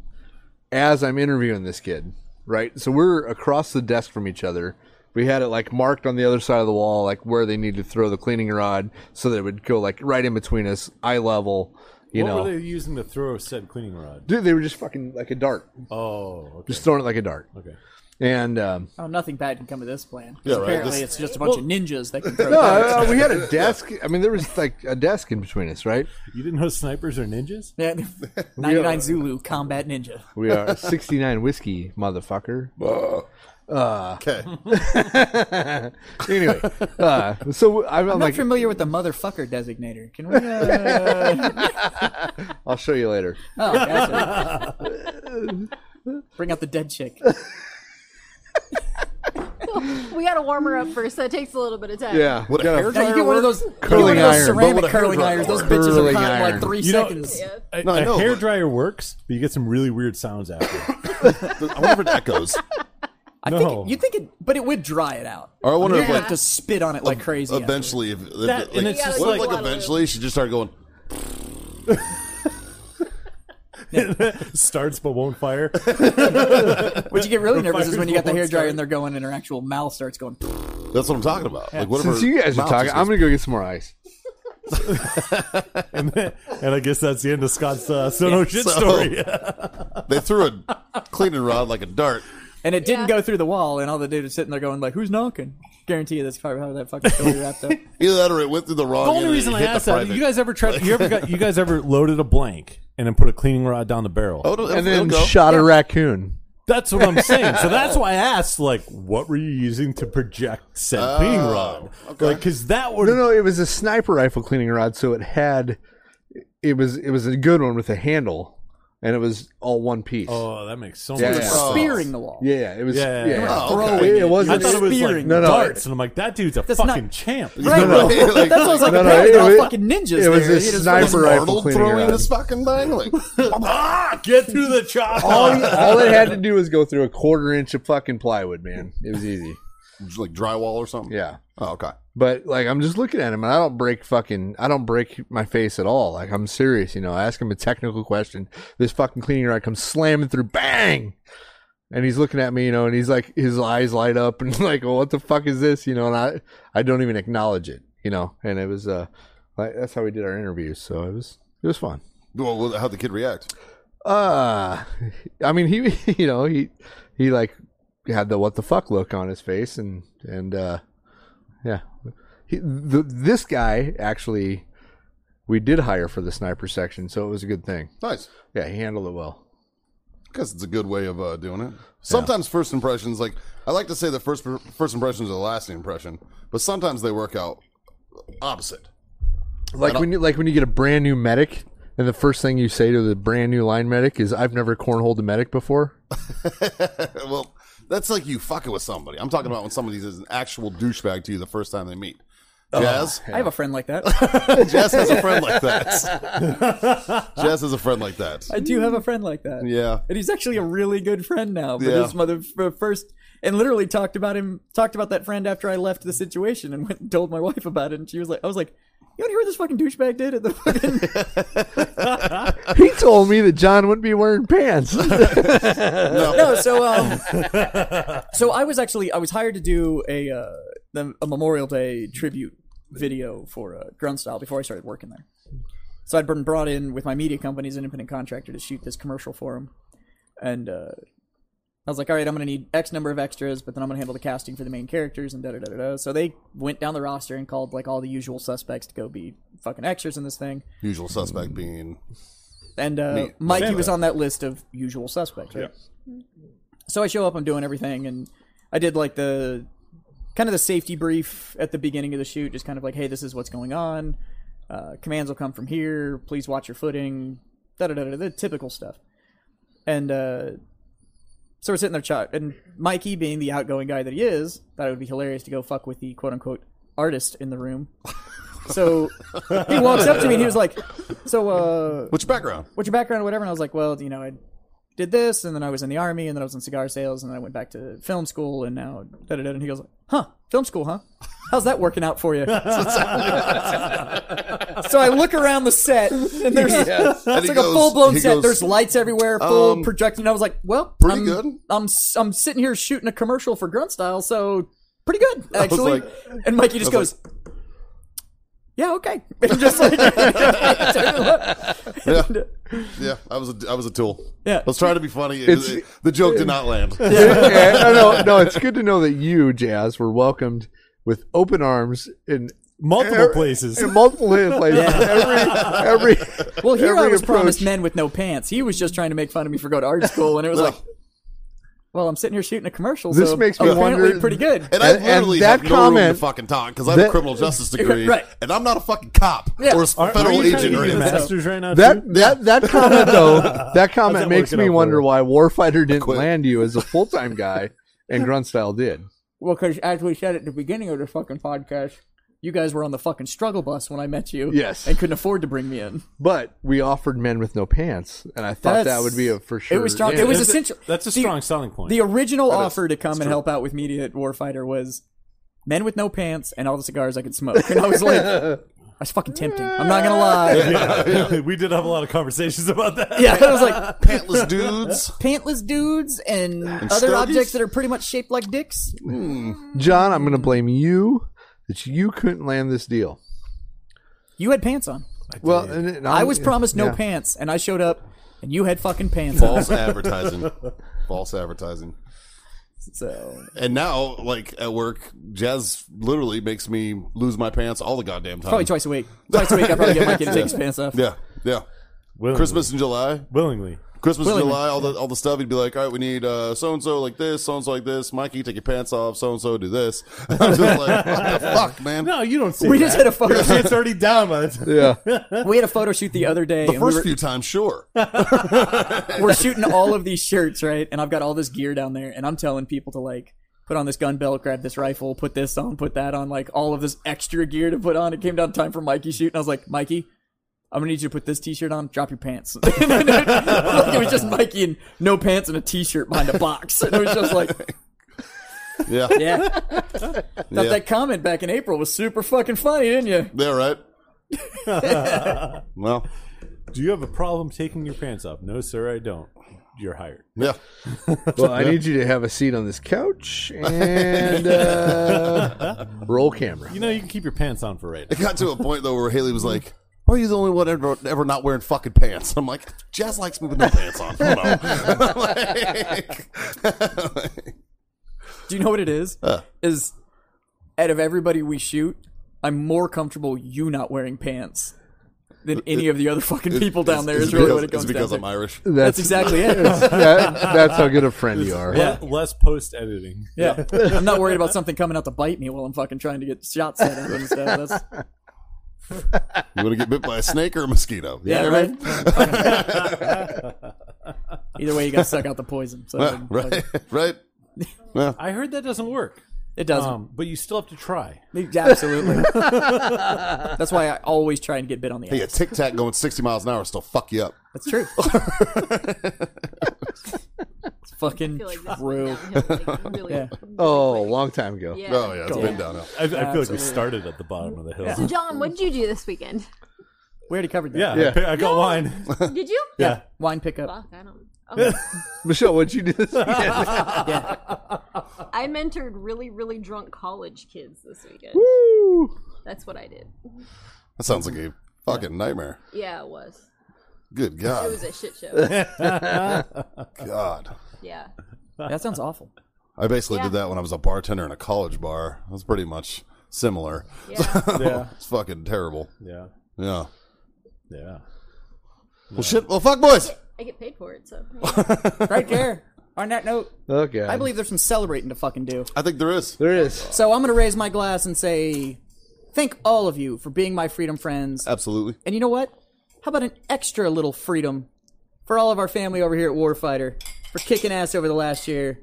Speaker 6: as I'm interviewing this kid, right? So we're across the desk from each other. We had it like marked on the other side of the wall, like where they needed to throw the cleaning rod, so that it would go like right in between us, eye level. You
Speaker 5: what
Speaker 6: know,
Speaker 5: were they using to throw said cleaning rod?
Speaker 6: dude, they were just fucking like a dart,
Speaker 5: Oh, okay.
Speaker 6: just throwing it like a dart.
Speaker 5: okay.
Speaker 6: And um,
Speaker 3: Oh, nothing bad can come of this plan. 'Cause
Speaker 4: Yeah, right.
Speaker 3: Apparently,
Speaker 4: This-
Speaker 3: it's just a bunch of ninjas that can throw.
Speaker 6: No,
Speaker 3: darts.
Speaker 6: uh, we had a desk. I mean, there was like a desk in between us, right?
Speaker 5: You didn't know snipers are ninjas?
Speaker 3: Yeah. 99 Zulu combat ninja.
Speaker 6: We are 69 whiskey, motherfucker.
Speaker 4: Okay.
Speaker 6: Anyway, uh, so I'm, I'm
Speaker 3: I'm
Speaker 6: like,
Speaker 3: not familiar with the motherfucker designator. Can we? Uh...
Speaker 6: I'll show you later.
Speaker 3: Oh, gotcha. Bring out the dead chick.
Speaker 7: we gotta warm her up first. That takes a little bit of time.
Speaker 6: Yeah,
Speaker 4: What a
Speaker 6: gotta-
Speaker 4: hair
Speaker 3: Now you get one of those, you get
Speaker 6: Curling
Speaker 3: one of those
Speaker 6: iron.
Speaker 4: But
Speaker 3: ceramic
Speaker 4: with a
Speaker 3: curling
Speaker 4: hairdryer.
Speaker 3: irons. Those bitches are
Speaker 6: Curling
Speaker 3: caught in like
Speaker 6: iron.
Speaker 3: three
Speaker 5: You know-
Speaker 3: seconds.
Speaker 5: A,
Speaker 4: No, I
Speaker 5: a
Speaker 4: know,
Speaker 5: hair
Speaker 4: but-
Speaker 5: dryer works, but you get some really weird sounds after.
Speaker 4: I wonder if it echoes.
Speaker 3: I
Speaker 5: No.
Speaker 3: think it, you think it, but it would dry it out.
Speaker 4: Or I wonder if
Speaker 3: You'd
Speaker 4: like
Speaker 3: have to spit on it like crazy. after.
Speaker 4: eventually, if, if
Speaker 5: That- and
Speaker 4: like,
Speaker 5: it's just
Speaker 4: what if,
Speaker 5: like-
Speaker 4: like eventually she just started going.
Speaker 5: Starts but won't fire.
Speaker 3: What you get really nervous is when you got the hair
Speaker 5: Fires won't
Speaker 3: dryer and they're going, and her actual mouth starts going.
Speaker 4: That's what I'm talking about. Like, what if
Speaker 6: Since
Speaker 4: her
Speaker 6: you guys are
Speaker 4: mouth
Speaker 6: talking,
Speaker 4: just
Speaker 6: I'm
Speaker 4: goes-
Speaker 6: gonna go get some more ice.
Speaker 5: and, then- and I guess that's the end of Scott's uh, Sono shit story.
Speaker 4: They threw a cleaning rod like a dart.
Speaker 3: And it didn't go through the wall, and all the dude is sitting there going like, "Who's knocking?" Guarantee you that's probably how that fucking story wrapped up.
Speaker 4: Either that or it went through the wrong.
Speaker 5: the only
Speaker 4: end and it
Speaker 5: reason I
Speaker 4: hit the
Speaker 5: asked that
Speaker 4: private.
Speaker 5: you guys ever tried you ever got you guys ever loaded a blank and then put a cleaning rod down the barrel.
Speaker 4: Oh, it'll-
Speaker 6: And
Speaker 4: it'll
Speaker 6: then
Speaker 4: go.
Speaker 6: shot a raccoon.
Speaker 5: That's what I'm saying. So that's why I asked, like, what were you using to project said
Speaker 4: Oh,
Speaker 5: cleaning rod? Like, because that would
Speaker 6: No, no, it was a sniper rifle cleaning rod, so it had, it was it was a good one with a handle, and it was all one piece.
Speaker 5: Oh, that makes so
Speaker 6: Yeah.
Speaker 5: much. sense.
Speaker 4: Oh.
Speaker 3: Spearing the wall.
Speaker 6: Yeah, it was.
Speaker 5: Yeah,
Speaker 6: Yeah,
Speaker 5: yeah, yeah.
Speaker 4: Oh, okay.
Speaker 6: it, it
Speaker 5: I
Speaker 6: wasn't.
Speaker 5: thought it was like
Speaker 3: Spearing.
Speaker 6: No, no.
Speaker 5: darts, and I'm like, that dude's a
Speaker 3: That's
Speaker 5: fucking
Speaker 3: not-
Speaker 5: champ.
Speaker 3: Right,
Speaker 4: No,
Speaker 3: bro.
Speaker 4: like-
Speaker 3: That's what I was like.
Speaker 6: No, no,
Speaker 3: apparently they're
Speaker 6: it-
Speaker 3: all
Speaker 6: it-
Speaker 3: fucking ninjas.
Speaker 6: it was
Speaker 3: there.
Speaker 6: a
Speaker 3: He just
Speaker 6: sniper
Speaker 3: fucking-
Speaker 6: rifle
Speaker 4: Arnold
Speaker 6: cleaning
Speaker 4: throwing
Speaker 6: rod.
Speaker 4: this fucking thing. Like,
Speaker 5: Ah, get through the chopper.
Speaker 6: all, all it had to do was go through a quarter inch of fucking plywood, man. It was easy.
Speaker 4: like drywall or something.
Speaker 6: Yeah.
Speaker 4: Oh, okay.
Speaker 6: But like I'm just looking at him and I don't break fucking I don't break my face at all. Like I'm serious, you know. I ask him a technical question. This fucking cleaning rod comes slamming through bang. And he's looking at me, you know, and he's like his eyes light up and like, well, what the fuck is this? You know, and I I don't even acknowledge it, you know. And it was uh like that's how we did our interviews, so it was it was fun.
Speaker 4: Well, how'd the kid react?
Speaker 6: uh i mean he you know he he like had the what the fuck look on his face and and uh yeah he, the, this guy actually we did hire for the sniper section so it was a good thing
Speaker 4: Nice.
Speaker 6: yeah he handled it well
Speaker 4: Because it's a good way of uh, doing it. Sometimes first impressions, like I like to say, that first first impressions are the lasting impression, but sometimes they work out opposite.
Speaker 6: like when you like when you get a brand new medic and the first thing you say to the brand new line medic is i've never cornholed a medic before
Speaker 4: well, that's like you fucking with somebody. I'm talking about when somebody is an actual douchebag to you the first time they meet.
Speaker 6: Oh,
Speaker 4: Jazz,
Speaker 3: I have a friend like that.
Speaker 4: Jazz has a friend like that. Jazz has a friend like that.
Speaker 3: I do have a friend like that.
Speaker 4: Yeah.
Speaker 3: And he's actually a really good friend now. But
Speaker 4: Yeah.
Speaker 3: his mother f- first and literally talked about him talked about that friend after I left the situation and went and told my wife about it and she was like I was like, You wanna hear what this fucking douchebag did at the fucking
Speaker 6: he told me that john wouldn't be wearing pants
Speaker 3: No, so um So I was actually I was hired to do a uh the, a Memorial Day tribute video for uh, Grunstyle before I started working there. So I'd been brought in with my media company as an independent contractor to shoot this commercial for him. And uh I was like, all right, I'm going to need X number of extras, but then I'm going to handle the casting for the main characters and da da da da da. So they went down the roster and called like all the usual suspects to go be fucking extras in this thing.
Speaker 4: Usual suspect being
Speaker 3: And uh, Mikey was on that list of usual suspects. Right? So I show up, I'm doing everything, and I did like the kind of the safety brief at the beginning of the shoot, just kind of like, hey, this is what's going on. Uh, commands will come from here. Please watch your footing. Da da da da. The typical stuff. And uh, so we're sitting there chat, and Mikey, being the outgoing guy that he is, thought it would be hilarious to go fuck with the quote unquote artist in the room. So he walks up to me and he was like, "So uh,
Speaker 4: which background?
Speaker 3: what's your background or whatever? And I was like, well, you know, I did this, and then I was in the army, and then I was in cigar sales, and then I went back to film school, and now da da da. And he goes, huh, film school, huh? How's that working out for you? so I look around the set, and there's
Speaker 4: And
Speaker 3: it's
Speaker 4: he
Speaker 3: like a
Speaker 4: goes-
Speaker 3: full blown
Speaker 4: he
Speaker 3: set.
Speaker 4: goes, um,
Speaker 3: There's lights everywhere, full projecting. And I was like, well,
Speaker 4: Pretty
Speaker 3: I'm,
Speaker 4: good.
Speaker 3: I'm s- I'm sitting here shooting a commercial for Grunt Style, so pretty good actually.
Speaker 4: like-
Speaker 3: and Mikey just
Speaker 4: I was
Speaker 3: goes. yeah, okay. And just like,
Speaker 4: yeah, yeah. I was a, I was a tool.
Speaker 3: Yeah.
Speaker 4: I was trying to be funny. It-
Speaker 6: It's-
Speaker 4: it- the joke did not land.
Speaker 6: Yeah, no, no, no. It's good to know that you, Jazz, were welcomed with open arms in
Speaker 5: Multiple
Speaker 6: every-
Speaker 5: places.
Speaker 6: In multiple places. Every, every.
Speaker 3: Well, here
Speaker 6: every
Speaker 3: I was
Speaker 6: approach.
Speaker 3: promised men with no pants. He was just trying to make fun of me for going to art school, and it was like, well, I'm sitting here shooting a commercial.
Speaker 6: This
Speaker 3: so
Speaker 6: makes me
Speaker 3: apparently
Speaker 6: wonder-
Speaker 3: pretty good.
Speaker 4: And I
Speaker 6: And- and
Speaker 4: literally
Speaker 6: that
Speaker 4: have no room
Speaker 6: comment-
Speaker 4: to fucking talk because I have a
Speaker 6: that-
Speaker 4: criminal justice degree,
Speaker 3: Right.
Speaker 4: and I'm not a fucking cop
Speaker 3: Yeah.
Speaker 4: or a
Speaker 5: Are,
Speaker 4: federal
Speaker 5: are you trying to
Speaker 4: agent
Speaker 5: get
Speaker 4: or
Speaker 5: me the
Speaker 4: anything.
Speaker 5: masters right now?
Speaker 6: That
Speaker 5: too?
Speaker 6: that that comment though that comment
Speaker 5: that
Speaker 6: makes
Speaker 5: working out
Speaker 6: me
Speaker 5: for
Speaker 6: wonder
Speaker 5: you?
Speaker 6: why Warfighter didn't
Speaker 4: Quit.
Speaker 6: land you as a full time guy and Grunstyle did.
Speaker 3: Well, because as we said at the beginning of the fucking podcast, you guys were on the fucking struggle bus when I met you.
Speaker 6: Yes.
Speaker 3: and couldn't afford to bring me in.
Speaker 6: But we offered men with no pants, and I thought that
Speaker 3: That's-
Speaker 6: would be a for sure.
Speaker 3: It was strong.
Speaker 6: in.
Speaker 3: It was
Speaker 5: That's a-
Speaker 3: essential.
Speaker 5: That's a
Speaker 3: the-
Speaker 5: strong selling point.
Speaker 3: The original offer to come and help out with media at Warfighter was men with no pants and all the cigars I could smoke, and I was like. That's fucking tempting. I'm not gonna lie.
Speaker 5: Yeah. we did have a lot of conversations about that.
Speaker 3: Yeah, I was like,
Speaker 4: Pantless dudes.
Speaker 3: pantless dudes and, other
Speaker 4: stogies?
Speaker 3: objects that are pretty much shaped like dicks.
Speaker 6: John, I'm going to blame you that you couldn't land this deal.
Speaker 3: You had pants on.
Speaker 6: well, and, and
Speaker 3: I
Speaker 4: Oh,
Speaker 6: I'm-
Speaker 3: was promised no
Speaker 6: yeah.
Speaker 3: pants, and I showed up, and you had fucking pants on.
Speaker 4: False advertising. False advertising.
Speaker 3: So
Speaker 4: And now, like at work, Jazz literally makes me lose my pants all the goddamn time.
Speaker 3: probably twice a week. Twice a week, I probably get Mikey to take his pants off.
Speaker 4: Yeah, yeah.
Speaker 5: Willingly.
Speaker 4: Christmas in July.
Speaker 5: Willingly.
Speaker 4: Christmas in
Speaker 3: Willingly.
Speaker 4: July, all the all the stuff. He'd be like, "All right, we need so and so like this, so and so like this. Mikey, take your pants off. So and so do this." I'm just like, "What the fuck, man?"
Speaker 5: No, you don't say
Speaker 3: We
Speaker 5: that.
Speaker 3: just had a photo.
Speaker 5: Your shit's already down by the time.
Speaker 3: We had a photo shoot the other day.
Speaker 4: The
Speaker 3: and
Speaker 4: first
Speaker 3: we were,
Speaker 4: few times, sure.
Speaker 3: we're shooting all of these shirts, right? And I've got all this gear down there, and I'm telling people to like put on this gun belt, grab this rifle, put this on, put that on, like all of this extra gear to put on. It came down time for Mikey shoot, and I was like, Mikey. I'm gonna need you to put this T-shirt on. Drop your pants. like, it was just Mikey and no pants and a T-shirt behind a box, and it was just like,
Speaker 4: Yeah.
Speaker 3: Yeah. Thought
Speaker 4: Yeah.
Speaker 3: that comment back in April was super fucking funny, didn't you?
Speaker 4: Yeah, right. well,
Speaker 5: Do you have a problem taking your pants off? No, sir, I don't. You're hired.
Speaker 4: yeah.
Speaker 6: Well, I need you to have a seat on this couch and uh, roll camera.
Speaker 5: You know, you can keep your pants on for right now.
Speaker 4: It got to a point though where Haley was like, "Why are you the only one ever, ever not wearing fucking pants?" I'm like, "Jazz likes moving no pants on." Hold on. Like-
Speaker 3: Do you know what it is? Is out of everybody we shoot, I'm more comfortable you not wearing pants than any of the other fucking people down there. Is really
Speaker 4: because,
Speaker 3: what it comes
Speaker 4: it's because
Speaker 3: down
Speaker 4: I'm
Speaker 3: to.
Speaker 4: Irish.
Speaker 3: That's exactly it.
Speaker 6: That, that's how good a friend you are.
Speaker 5: Le- less post editing.
Speaker 3: Yeah, I'm not worried about something coming out to bite me while I'm fucking trying to get shots at him and stuff. That's,
Speaker 4: You want to get bit by a snake or a mosquito? You
Speaker 3: yeah,
Speaker 4: know what I mean?
Speaker 3: right. Either way, you got to suck out the poison. So
Speaker 4: Yeah, right, right.
Speaker 5: I heard that doesn't work.
Speaker 3: it doesn't.
Speaker 5: Um, but you still have to try.
Speaker 3: Yeah, Absolutely. That's why I always try and get bit on the
Speaker 4: Hey, a
Speaker 3: ass.
Speaker 4: tic tac going 60 miles an hour will still fuck you up.
Speaker 3: That's true. it's fucking
Speaker 7: feel like this
Speaker 3: true.
Speaker 7: went downhill, like, really,
Speaker 3: Yeah.
Speaker 7: really
Speaker 6: Oh, a
Speaker 7: quick.
Speaker 6: long time ago.
Speaker 7: Yeah.
Speaker 4: Oh yeah, it's been downhill.
Speaker 5: I, I feel like we started at the bottom of the hill.
Speaker 7: So, John, what did you do this weekend?
Speaker 3: We already covered that.
Speaker 5: Yeah, I,
Speaker 6: Yeah.
Speaker 5: pi- I got wine.
Speaker 7: Did you?
Speaker 5: Yeah.
Speaker 3: Wine pickup.
Speaker 7: Fuck, I don't. oh. Okay.
Speaker 6: Michelle, what'd you do this weekend?
Speaker 7: I mentored really, really drunk college kids this weekend. That's what I did.
Speaker 4: That sounds like a fucking nightmare.
Speaker 7: Yeah, it was.
Speaker 4: Good
Speaker 7: It
Speaker 4: God,
Speaker 7: was a shit show.
Speaker 4: God.
Speaker 7: yeah.
Speaker 3: That sounds awful.
Speaker 4: I basically
Speaker 7: Yeah.
Speaker 4: did that when I was a bartender in a college bar. That's pretty much similar.
Speaker 7: Yeah.
Speaker 5: Yeah.
Speaker 4: It's fucking terrible.
Speaker 5: Yeah.
Speaker 4: Yeah.
Speaker 5: Yeah.
Speaker 4: Well, shit. Well, fuck, boys.
Speaker 7: I get paid for it, so.
Speaker 3: Right there. On that note,
Speaker 6: Okay.
Speaker 3: I believe there's some celebrating to fucking do.
Speaker 4: I think there is.
Speaker 6: there is.
Speaker 3: So I'm going to raise my glass and say, thank all of you for being my freedom friends.
Speaker 4: Absolutely.
Speaker 3: And you know what? How about an extra little freedom for all of our family over here at Warfighter for kicking ass over the last year,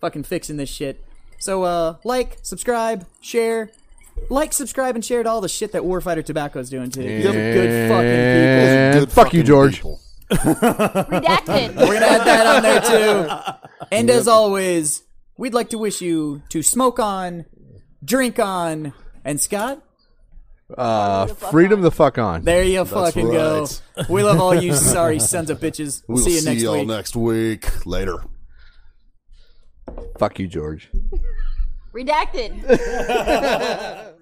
Speaker 3: fucking fixing this shit. So, uh, like, subscribe, share, like, subscribe, and share to all the shit that Warfighter Tobacco's doing too. You good fucking people.
Speaker 6: And
Speaker 4: Good
Speaker 6: fuck
Speaker 4: fucking
Speaker 6: you, George.
Speaker 4: people.
Speaker 7: Redacted.
Speaker 3: We're gonna add that on there too. And as always, we'd like to wish you to smoke on, drink on, and Scott,
Speaker 6: Uh, freedom the fuck on.
Speaker 3: there you fucking go.
Speaker 4: right.
Speaker 3: We love all you sorry sons of bitches.
Speaker 4: We'll
Speaker 3: see you next
Speaker 4: y'all
Speaker 3: week.
Speaker 4: next week. Later.
Speaker 6: Fuck you, George.
Speaker 7: Redacted.